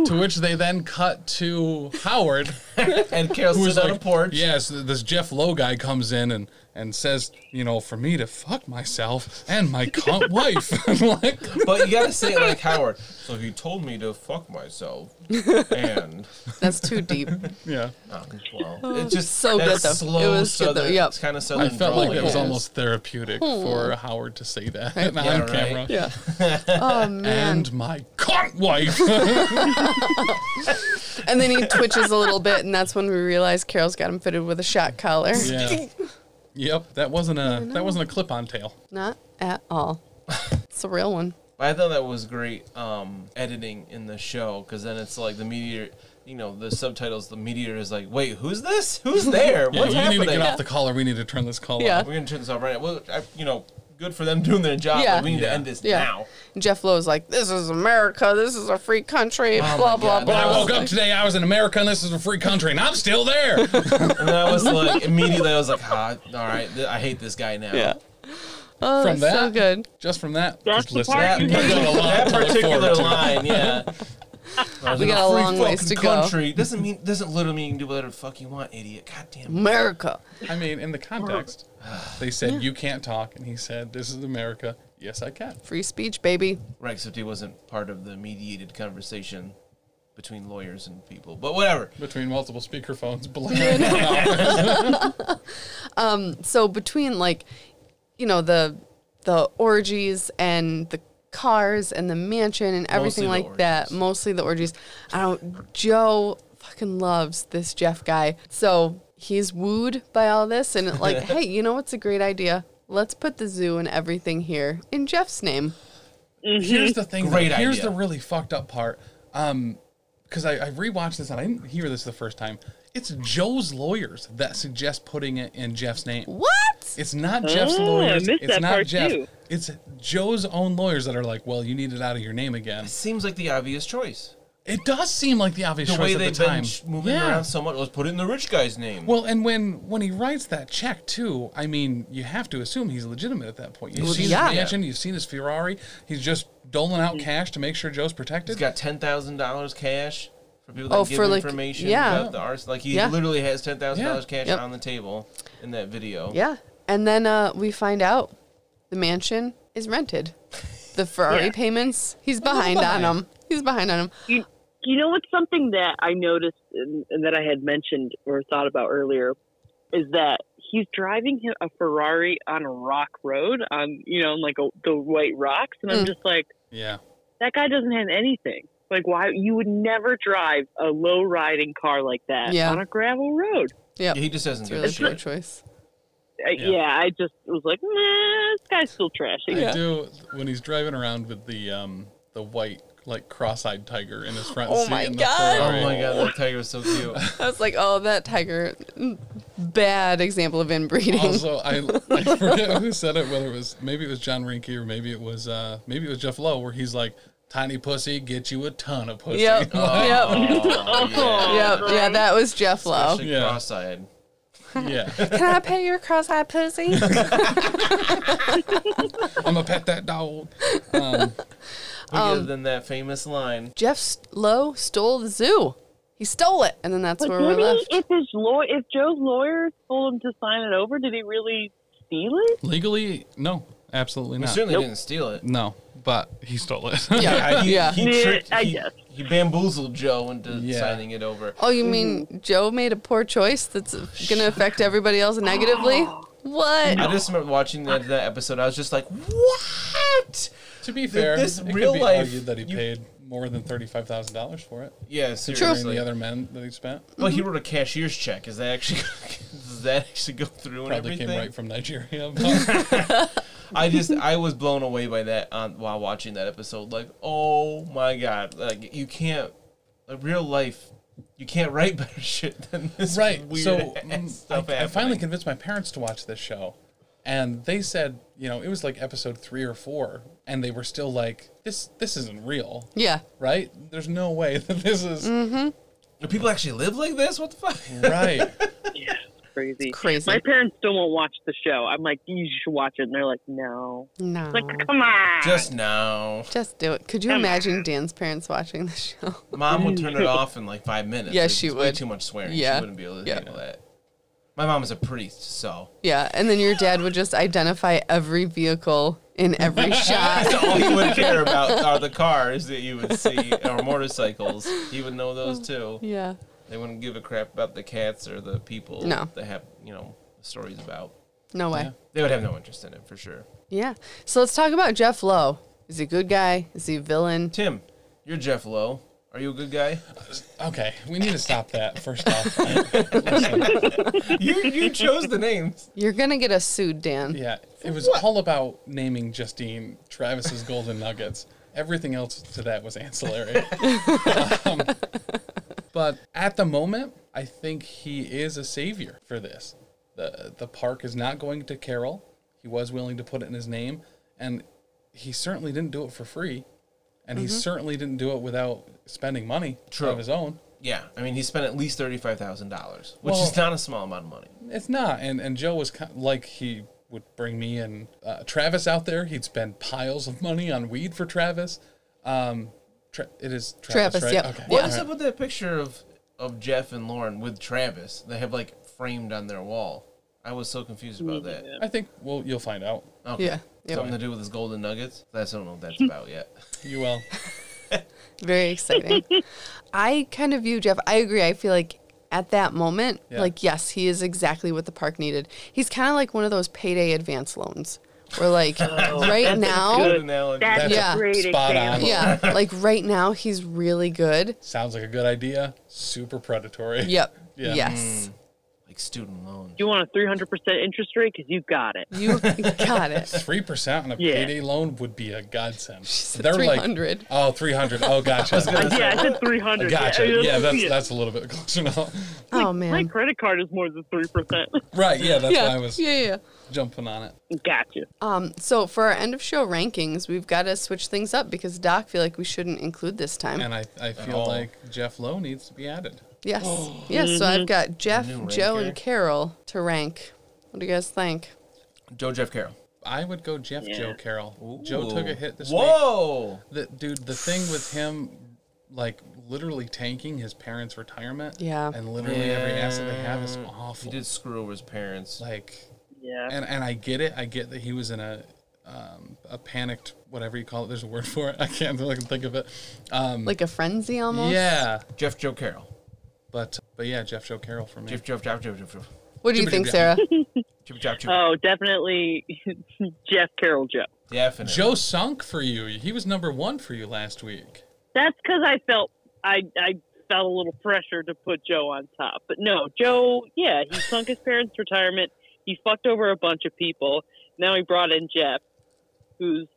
To which they then cut to
[LAUGHS]
Howard,
And Carol
who's
sits
like,
on a porch.
Yes, this Jeff Lowe guy comes in and and says, you know, for me to fuck myself and
[LAUGHS]
my cunt wife. [LAUGHS] I'm like,
But you gotta say it like Howard. So he told me to fuck myself, and
That's too deep.
yeah.
um, well, it's just
Oh, So
that's
good, though.
Slow
It was good, though.
southern.
Yep.
It's kind of southern.
I felt like
drawl,
it was
yeah.
almost therapeutic for Howard to say that [LAUGHS] on
Yeah, right.
camera.
Yeah. Oh man.
And my
[LAUGHS]
cunt wife.
And then he twitches a little bit, and that's when we realize Carol's got him fitted with a shot collar.
Yeah. yep, that wasn't a that wasn't a clip-on tail.
Not at all. It's a real one.
But I thought that was great um, editing in the show because then it's like the meteor, you know, the subtitles. The meteor is like, "Wait, who's this?
[LAUGHS]
Who's there?
Yeah,
What's
you
happening?"
need to get off the collar. We need to turn this call
Yeah.
[LAUGHS]
off.
We're gonna turn this off right now. Well, I, you know, good for them [LAUGHS] doing their job.
Yeah.
But we need
Yeah.
to end this
Yeah.
now.
Jeff Lowe's like, "This is America. This is a free country."
my
blah blah
God.
blah.
When I
I was
woke up today, I was in America, and this is a free country, and I'm still there. [LAUGHS]
And then
[LAUGHS]
I was like, immediately, I was like, "Ah, all right, th- I hate this guy now."
Oh,
From
that's
that,
so good.
just from that,
That's
just
the
listen.
part
That,
you hate.
Got a lot
that
to look
particular
forward to.
line, [LAUGHS] yeah.
We got a
Free
long ways to
fucking
go.
Country doesn't mean doesn't literally mean you can do whatever the fuck you want, idiot. God
Mm-hmm.
damn. it.
America.
I mean, in
[SIGHS]
the context, they said you can't talk, and he said, "This is America." Yes, I can.
Free speech, baby.
Right, except he wasn't part of the mediated conversation between lawyers and people. But whatever.
Between multiple
[LAUGHS]
speakerphones, blaring out.
So between like, you know, the the orgies and the cars and the mansion and everything
Mostly the
like that,
orgies.
mostly the orgies. I don't Joe fucking loves this Jeff guy. So he's wooed by all this and
[LAUGHS]
like, hey, you know what's a great idea? Let's put the zoo and everything here in Jeff's name.
Here's the thing.
Great
though. Here's
idea.
the really fucked up part. Um, because I, I rewatched this and I didn't hear this the first time. It's Joe's lawyers that suggest putting it in Jeff's name.
What?
It's not Jeff's
Oh, I
lawyers.
missed
It's
that
not
part,
Jeff.
too.
It's Joe's own lawyers that are like, "Well, you need it out of your name again."
Seems like the obvious choice.
It does seem like the obvious
The
choice
way
at the
they've
time.
been sh- moving around so much, let's put it in the rich guy's name.
Well, and when when he writes that check too, I mean, you have to assume he's legitimate at that point. You've
Well,
seen
yeah.
his mansion, you've seen his Ferrari. He's just doling
Mm.
out cash to make sure Joe's protected.
He's got ten thousand dollars cash for people that
Oh,
give
for, like,
information
yeah.
about the arts. Like he
Yeah.
literally has ten thousand dollars
Yeah.
cash
Yep.
on the table in that video.
Yeah. And then uh, we find out the mansion is rented. The Ferrari
Yeah.
payments, he's behind on
behind.
them. He's behind on them.
You, you know what's something that I noticed and, and that I had mentioned or thought about earlier is that he's driving hi- a Ferrari on a rock road on you know on like a, the white rocks, and I'm
Mm.
just like
yeah.
that guy doesn't have anything. Like why you would never drive a low riding car like that
Yeah.
on a gravel road.
Yep.
Yeah, he just
It's
doesn't give
really
a
poor [LAUGHS]
shit.
choice.
Uh,
Yeah.
yeah. I just was like, nah, this guy's still trashy.
I do when he's driving around with the um the white like cross-eyed tiger in his front
Oh
seat
my
in the
God.
Ferrari.
Oh my god, that tiger was so cute.
I was like, oh, that tiger, bad example of
Oh
inbreeding.
Also,
[LAUGHS]
I, I forget who said it. Whether it was maybe it was John Rinke or maybe it was uh, maybe it was Jeff Lowe, where he's like, "Tiny pussy, get you a ton of
[LAUGHS]
pussy." [LAUGHS]
yep, yep,
Oh, yeah.
[LAUGHS] yep, yeah. That was Jeff Lowe.
Especially
Yeah.
cross-eyed.
yeah,
Can I pay your cross-eyed pussy?
[LAUGHS]
I'm gonna pet that dog.
We
Um,
give them that famous line.
Jeff S- Lowe stole the zoo. He stole it, and then that's
Like,
where we're
did he,
left.
if his law, if Joe's lawyer told him to sign it over, did he really steal it?
Legally, no, absolutely
He
not.
certainly didn't steal [LAUGHS] it.
No, but he stole it.
Yeah,
he,
yeah.
He,
Yeah,
tricked,
I
he,
guess.
he bamboozled Joe into
Yeah.
signing it over.
Oh, you mean Joe made a poor choice that's going to affect everybody else negatively? [GASPS] What?
I just remember watching that, that episode. I was just like, what?
[LAUGHS] to be fair,
this
it could
real
be
life,
argued that he
you-
paid more than thirty-five thousand dollars for it.
Yeah,
Than
seriously.
the other men that he spent
Well,
Mm-hmm.
he wrote a cashier's check. Is that actually [LAUGHS] does that actually go through and
probably
everything?
came right
[LAUGHS]
from Nigeria. but-
I just I was blown away by that on, while watching that episode. Like, oh my god! Like you can't like real life. You can't write [LAUGHS] better shit than this
right
weird
so
[LAUGHS] ass
mm,
stuff
I, I
happening.
finally convinced my parents to watch this show and they said you know it was like episode three or four and they were still like this this isn't real
Yeah.
right there's no way [LAUGHS] that this is
Do people actually live like this? What the fuck?
right
Yeah, it's crazy.
Crazy.
My parents still won't watch the show. I'm like, you should watch it, and they're like, no.
No.
It's
Mm.
like, come on.
Just now.
Just do it. Could you imagine Dan's parents watching the show?
Mom would
[LAUGHS]
turn it off in like five minutes.
Yeah,
Like,
she
it's way
would.
Too much swearing.
Yeah.
She wouldn't be able to
Yeah.
handle that. My mom is a priest, so [LAUGHS]
yeah. And then your dad would just identify every vehicle in every shot.
So all he would care about are the cars that you would see or motorcycles. He would know those too.
Yeah.
They wouldn't give a crap about the cats or the people
No.
that have you know stories about.
No way.
They would have no interest in it for sure.
Yeah. So let's talk about Jeff Lowe. Is he a good guy? Is he a villain?
Tim, you're Jeff Lowe. Are you a good guy?
okay we need to stop that first off
[LAUGHS] you you chose the names.
You're gonna get us sued, Dan.
yeah it was all about naming justine travis's golden nuggets everything else to that was ancillary Um, but at the moment i think he is a savior for this the the park is not going to carol he was willing to put it in his name and he certainly didn't do it for free and he certainly didn't do it without spending money
True.
of his own
Yeah, I mean he spent at least thirty five thousand dollars, which is
Well-
not a small amount of money.
It's not. And and Joe was kind like he would bring me and uh, Travis out there. He'd spend piles of money on weed for Travis. Um, tra- it is Travis,
Travis,
right?
yep.
Okay.
Yeah.
What
All
is
right.
up with that picture of of Jeff and Lauren with Travis? They have like framed on their wall. I was so confused about that.
I think well you'll find out.
Okay.
Yeah, yeah.
Something to do with his golden nuggets. That's I don't know what that's about yet.
You will.
Very
[LAUGHS]
exciting. I kind of view Jeff. I agree. I feel like at that moment,
Yeah.
like yes, he is exactly what the park needed. He's kind of like one of those payday advance loans. Where
[LAUGHS]
like
Oh,
right
that's
now,
Good
good.
analogy.
That's
That's
Yeah.
a great
spot on.
example.
[LAUGHS] yeah, like right now he's really good.
Sounds like a good idea. Super predatory.
Yep.
Yeah.
Yes.
like student loan.
You want a 300% interest rate? Because you
[LAUGHS]
got it.
Mm.
You got it.
Three percent on a
Yeah.
payday loan would be a godsend.
said
They're like
300.
oh 300. Oh gotcha.
Yeah, [LAUGHS] I said 300.
Gotcha.
Yeah,
Yeah, that's that's a little bit close enough.
Oh
My
man.
credit card is more than 3%.
Right, yeah, that's why I
Yeah.
was
Yeah. Yeah.
jumping on it.
[LAUGHS] gotcha.
Um, so for our end of show rankings, we've got to switch things up because Doc feel like we shouldn't include this time.
And I, I
Oh.
feel
all.
like Jeff Lowe needs to be added.
Yes. yes. So I've got Jeff,
new
Joe,
ranker.
and Carol to rank. What do you guys think?
Joe Jeff Carroll.
I would go Jeff
Yeah.
Joe Carroll. Joe took a hit this week.
Whoa.
The, dude, the thing with him, like literally tanking his parents' retirement.
Yeah.
And literally every asset they have is
He
awful.
did screw over his parents.
Like,
Yeah.
and and I get it. I get that he was in a um, a panicked whatever you call it. There's a word for it. I can't I can think of it. Um,
Like a frenzy almost?
yeah.
Jeff Joe Carroll.
But but yeah, Jeff Joe Carroll for me.
Jeff Jeff Jeff Jeff Jeff Jeff
What do you
Jibba
think,
jibba. [LAUGHS]
Sarah?
Jeff Jeff Jeff.
Oh, definitely [LAUGHS] Jeff Carroll Joe.
Definitely.
Joe sunk for you. He was number one for you last week.
That's because I felt I I felt a little pressure to put Joe on top. But no, Joe, yeah, he sunk his parents' retirement. He fucked over a bunch of people. Now he brought in Jeff, who's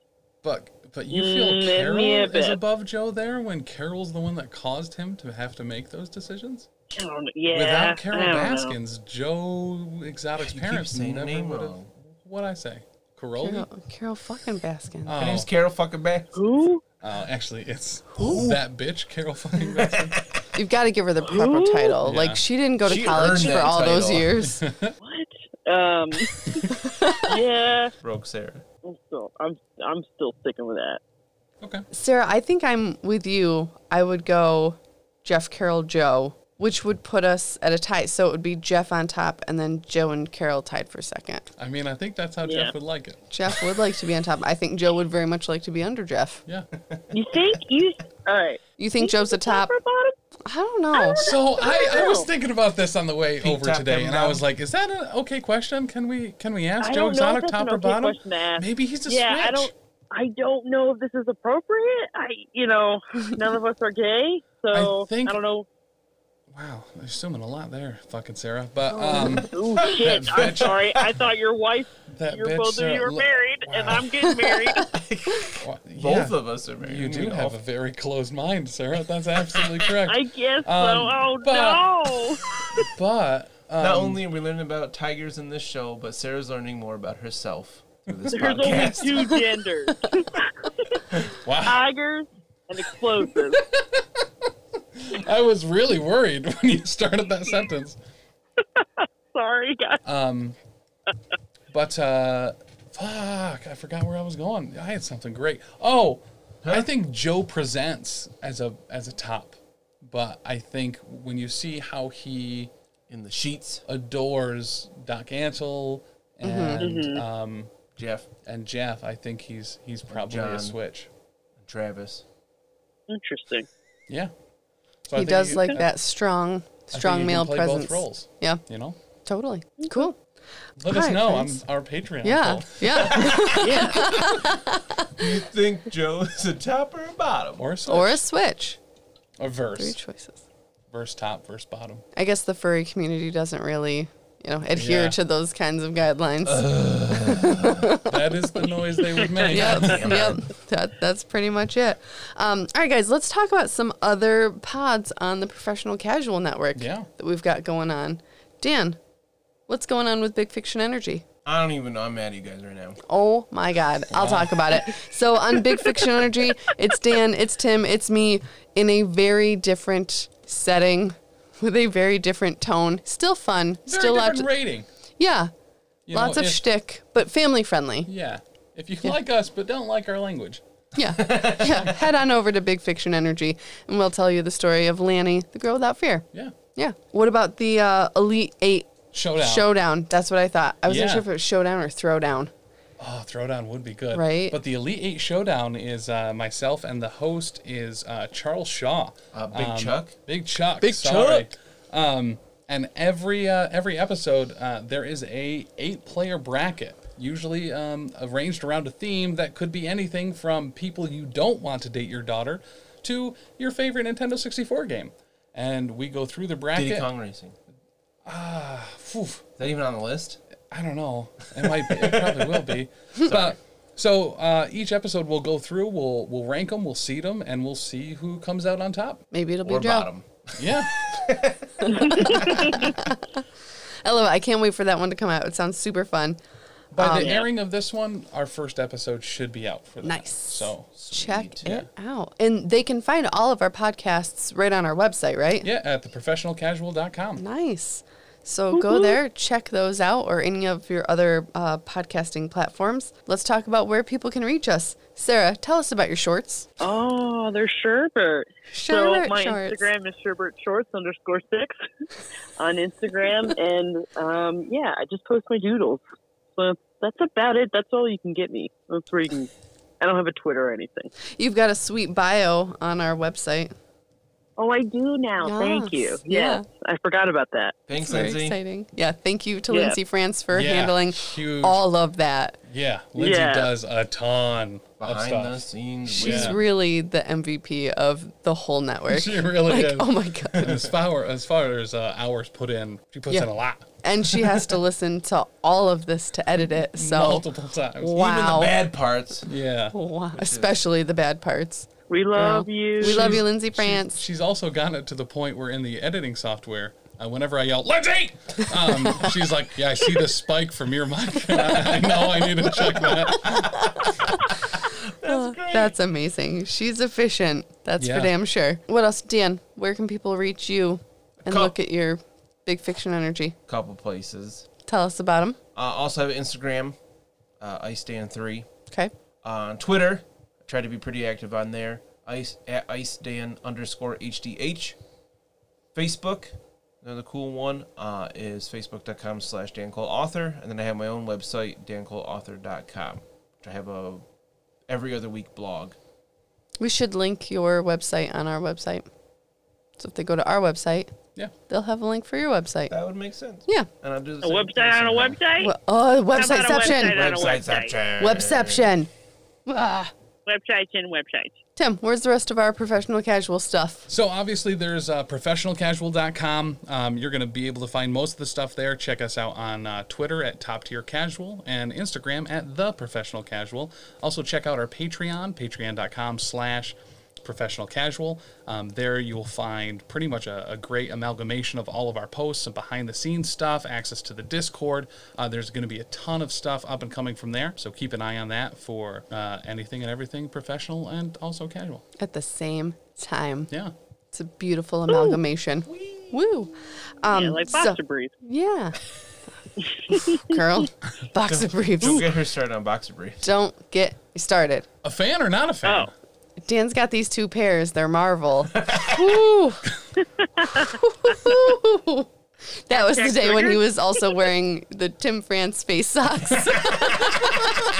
But but you
Mm,
feel
me a
Carol is
bit.
above Joe there when Carol's the one that caused him to have to make those decisions.
I don't know, yeah.
Without Carol
I don't know.
Baskins, Joe Exotic's
You keep
parents
saying her
never
name
would have.
wrong.
What I say? Caroli?
Carol, Carol fucking Baskin.
Oh,
Her name's Carol fucking back.
Who?
oh, actually, it's that bitch, Carol fucking
[LAUGHS]
Baskin.
You've got to give her the proper title.
Yeah.
Like, she didn't go to
She
college
earned
for
that
all those
title.
[LAUGHS]
years.
What? Um, [LAUGHS] yeah,
Broke Sarah.
I'm still, I'm, I'm still sticking with that.
okay.
Sarah, I think I'm with you. I would go Jeff, Carol, Joe, which would put us at a tie. So it would be Jeff on top and then Joe and Carol tied for second.
I mean, I think that's how
Yeah.
Jeff would like it.
Jeff would like to be on top. I think Joe would very much like to be under Jeff.
Yeah.
You think you? All right.
You think Joe's the top?
Or bottom?
I don't know.
So I, I was
know.
thinking about this on the way over
top,
today,
him
and I was
down.
like, "Is that an okay question? Can we can we ask
I
Joe
don't know if
Exotic
that's
top
an
or
okay
bottom?
question to ask.
Maybe he's a
yeah,
switch.
I don't. I don't know if this is appropriate. I, you know, none of us are gay, so
[LAUGHS] I think-
I don't
[LAUGHS]
know.
Wow, you're assuming a lot there, fucking Sarah. But
Oh, [LAUGHS]
um,
Ooh, shit! I'm
bitch.
sorry. I thought your wife,
[LAUGHS] That
your
bitch,
both of you
uh,
were
lo-
married, and
wow.
I'm getting
[LAUGHS]
married.
Well, yeah,
Both of us are married.
You
What
do
mean
have
all-
a very
[LAUGHS]
closed
Oh,
mind, Sarah. That's absolutely correct.
I guess so.
[LAUGHS] Um,
Oh
but-
no!
but um,
Not only are we learning about tigers in this show, but Sarah's learning more about herself through this
[LAUGHS] There's only
podcast.
two genders
[LAUGHS] Wow.
tigers and
[LAUGHS]
explosives.
I was really worried [LAUGHS] when you started that sentence.
Sorry, guys.
Um, but uh, fuck, I forgot where I was going. I had something great. Oh, I think Joe presents as a as a top, but I think when you see how he
in the sheets,
adores Doc Antle
Mm-hmm.
and Um,
Jeff
and Jeff, I think he's he's probably a
John.
switch.
and Travis.
Interesting.
Yeah, So I
He
think
does like
I think
that strong,
you
strong
can
male
play
presence.
Both roles,
Yeah,
you know.
totally. Cool.
Let us
Alright,
know
friends.
on our Patreon.
Yeah,
poll. [LAUGHS]
yeah.
You think Joe is a top or a bottom?
or a switch,
or a switch.
a
Three
verse,
choices.
verse top, verse bottom.
I guess the furry community doesn't really, you know, adhere
Yeah. Uh,
to those kinds of guidelines.
That is the noise they would
[LAUGHS]
make.
yep, yep. That, that's pretty much it. Um, all right, guys, let's talk about some other pods on the Professional Casual Network
Yeah.
that we've got going on. Dan, what's going on with Big Fiction Energy?
I don't even know. I'm mad at you guys right now.
Oh my God. I'll talk about it. So on Big Fiction
[LAUGHS]
Energy, it's Dan, it's Tim, it's me in a very different setting with a very different tone. Still fun,
Very
still
different
lots.
rating.
yeah.
You
Lots
know,
of
if-
shtick, but family friendly.
Yeah. If you like us but don't like our language,
Yeah. yeah. Head on over to Big Fiction Energy and we'll tell you the story of Lanny, the girl without fear.
yeah.
Yeah. What about the uh, Elite Eight
Showdown.
showdown? That's what I thought. I wasn't
Yeah.
sure if it was showdown or throwdown.
Oh, Throwdown would be good.
Right?
But the Elite Eight Showdown is uh, myself and the host is uh, Charles Shaw. Um,
Uh, Big Chuck?
Big Chuck.
Big
sorry.
Chuck.
Um, and every uh, every episode, uh, there is a eight player bracket, usually um, arranged around a theme that could be anything from people you don't want to date your daughter to your favorite Nintendo 64 game. And we go through the bracket.
Diddy Kong Racing. Is
Oof.
that even on the list?
I don't know. It might be. It probably
[LAUGHS]
will be. But so uh, each episode we'll go through. We'll we'll rank them. We'll seed them, and we'll see who comes out on top.
Maybe it'll be
Or
Joe.
bottom?
Yeah.
I love it. I can't wait for that one to come out. It sounds super fun.
[LAUGHS] By the
Um,
airing of this one, our first episode should be out for that.
Nice.
So
Check
Yeah.
it out. And they can find all of our podcasts right on our website, right?
yeah, at theprofessionalcasual.com.
Nice. So
Mm-hmm.
go there, check those out, or any of your other uh, podcasting platforms. Let's talk about where people can reach us. Sarah, tell us about your shorts.
Oh, they're Sherbert. so
Sherbert
my
shorts.
Instagram is Sherbert Shorts underscore six [LAUGHS]
[LAUGHS]
on Instagram, and um, yeah, I just post my doodles. So that's about it. That's all you can get me. That's where you can. I don't have a Twitter or anything.
You've got a sweet bio on our website.
Oh, I do now. Thank you.
Yes.
Yes, I forgot about that.
Thanks,
It's very
Lindsay.
exciting. Yeah, thank you to
Yeah.
Lindsay France for
Yeah,
handling
huge.
all of that.
Yeah, Lindsay
Yeah.
does a ton of
Behind
stuff.
the scenes.
She's
Yeah.
really the MVP of the whole network.
[LAUGHS] She really
like,
is.
[LAUGHS] oh my god.
And as far as far as uh, hours put in, she puts
Yeah.
in a lot,
And she has to listen to all of this to edit it. So
multiple times.
wow.
Even the bad parts.
Yeah.
Wow. Especially the bad parts.
We love you.
We love you, Lindsay
She-
France.
she's also gotten it to the point where in the editing software, uh, whenever I yell, Lindsay, um, she's like, yeah, I see the spike from your mic. [LAUGHS] I know I need to check that.
That's, amazing. She's efficient. That's
Yeah.
for damn sure. What else, Dan? Where can people reach you and
Co-
look at your big fiction energy?
Couple places.
Tell us about them.
Uh, also have Instagram, uh, Ice Dan Three. Uh,
Okay.
on Twitter. I try to be pretty active on there. Ice at Ice Dan underscore HDH. Facebook, another cool one, uh, is facebook.com slash Dan Cole Author. And then I have my own website, dancoleauthor.com, which I have a every other week blog.
We should link your website on our website. So if they go to our website,
Yeah.
they'll have a link for your website.
That would make sense.
Yeah.
And I'll do
a
the same
website on a
thing.
website.
Well, oh,
How about a
websiteception.
website on a
Websiteception.
Webception. Ah.
Websites and websites.
Tim, where's the rest of our professional casual stuff?
So obviously there's uh, professionalcasual.com. Um, you're going to be able to find most of the stuff there. Check us out on uh, Twitter at Top Tier Casual and Instagram at The Professional Casual. Also check out our Patreon, patreon.com slash Professional Casual. Um, there you'll find pretty much a, a great amalgamation of all of our posts and behind the scenes stuff, access to the Discord. Uh, there's going to be a ton of stuff up and coming from there. So keep an eye on that for uh, anything and everything professional and also casual.
at the same time.
Yeah.
It's a beautiful amalgamation. Woo! Um,
yeah, like
so-
Foster Breathe.
yeah. [LAUGHS] Girl, boxer briefs.
Don't get her started on boxer briefs.
Don't get me started.
A fan or not a fan?
Oh.
Dan's got these two pairs. They're
[LAUGHS]
Marvel. Woo. that was the day when he was also wearing the Tim France space
[LAUGHS]
socks. [LAUGHS] it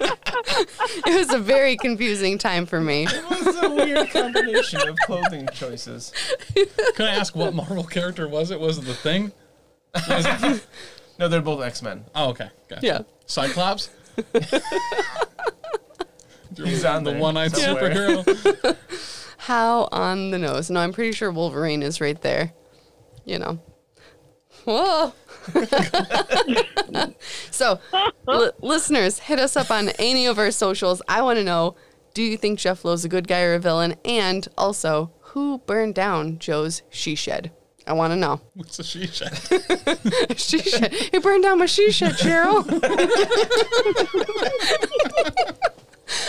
was a very confusing time for me.
What's a weird combination of clothing choices?
Can I ask what Marvel character was it? Was it the thing?
No, they're both X Men.
Oh, okay. Gotcha.
Yeah. [LAUGHS]
Cyclops?
He's on
the
there
one eyed
somewhere.
[LAUGHS] superhero.
How on the nose? No, I'm pretty sure Wolverine is right there. You know. Whoa. [LAUGHS] so, li- listeners, hit us up on any of our socials. I want to know do you think Jeff Lowe's a good guy or a villain? And also, who burned down Joe's she shed? I want to know. [LAUGHS]
What's a she shed?
she shed. He burned down my she shed, Cheryl. [LAUGHS]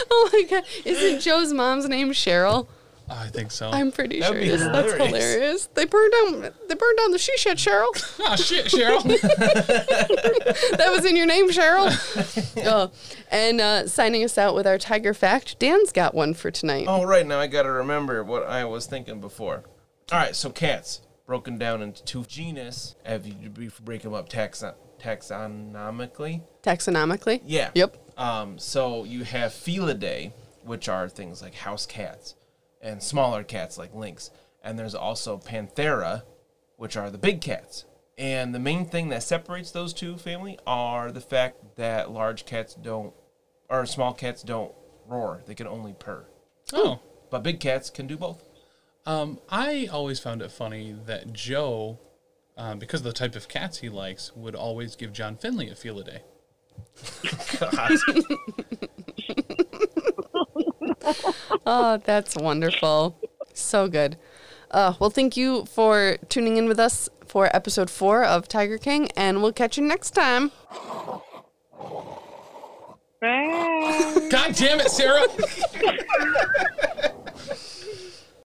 oh my God. Isn't Joe's mom's name Cheryl?
I think so.
I'm pretty
That'd
sure
be
it is. That's
hilarious.
hilarious. They burned down they burned down the she shed, Cheryl.
Ah,
[LAUGHS]
shit, Cheryl.
that was in your name, Cheryl.
[LAUGHS]
oh, and uh, signing us out with our tiger fact, Dan's got one for tonight.
Oh, right. Now I got to remember what I was thinking before. All right, so cats broken down into two genus. If you be- break them up taxon- taxonomically,
Taxonomically.
yeah.
Yep.
Um, so you have Felidae, which are things like house cats, and smaller cats like lynx. And there's also Panthera, which are the big cats. And the main thing that separates those two family are the fact that large cats don't, or small cats don't roar. They can only purr.
oh.
But big cats can do both. [LAUGHS]
Um, I always found it funny that Joe, um, because of the type of cats he likes, would always give John Finley a Felidae.
Oh, that's wonderful. So good. Uh, well, thank you for tuning in with us for episode four of Tiger King, and we'll catch you next time.
Bye.
God damn it, Sarah!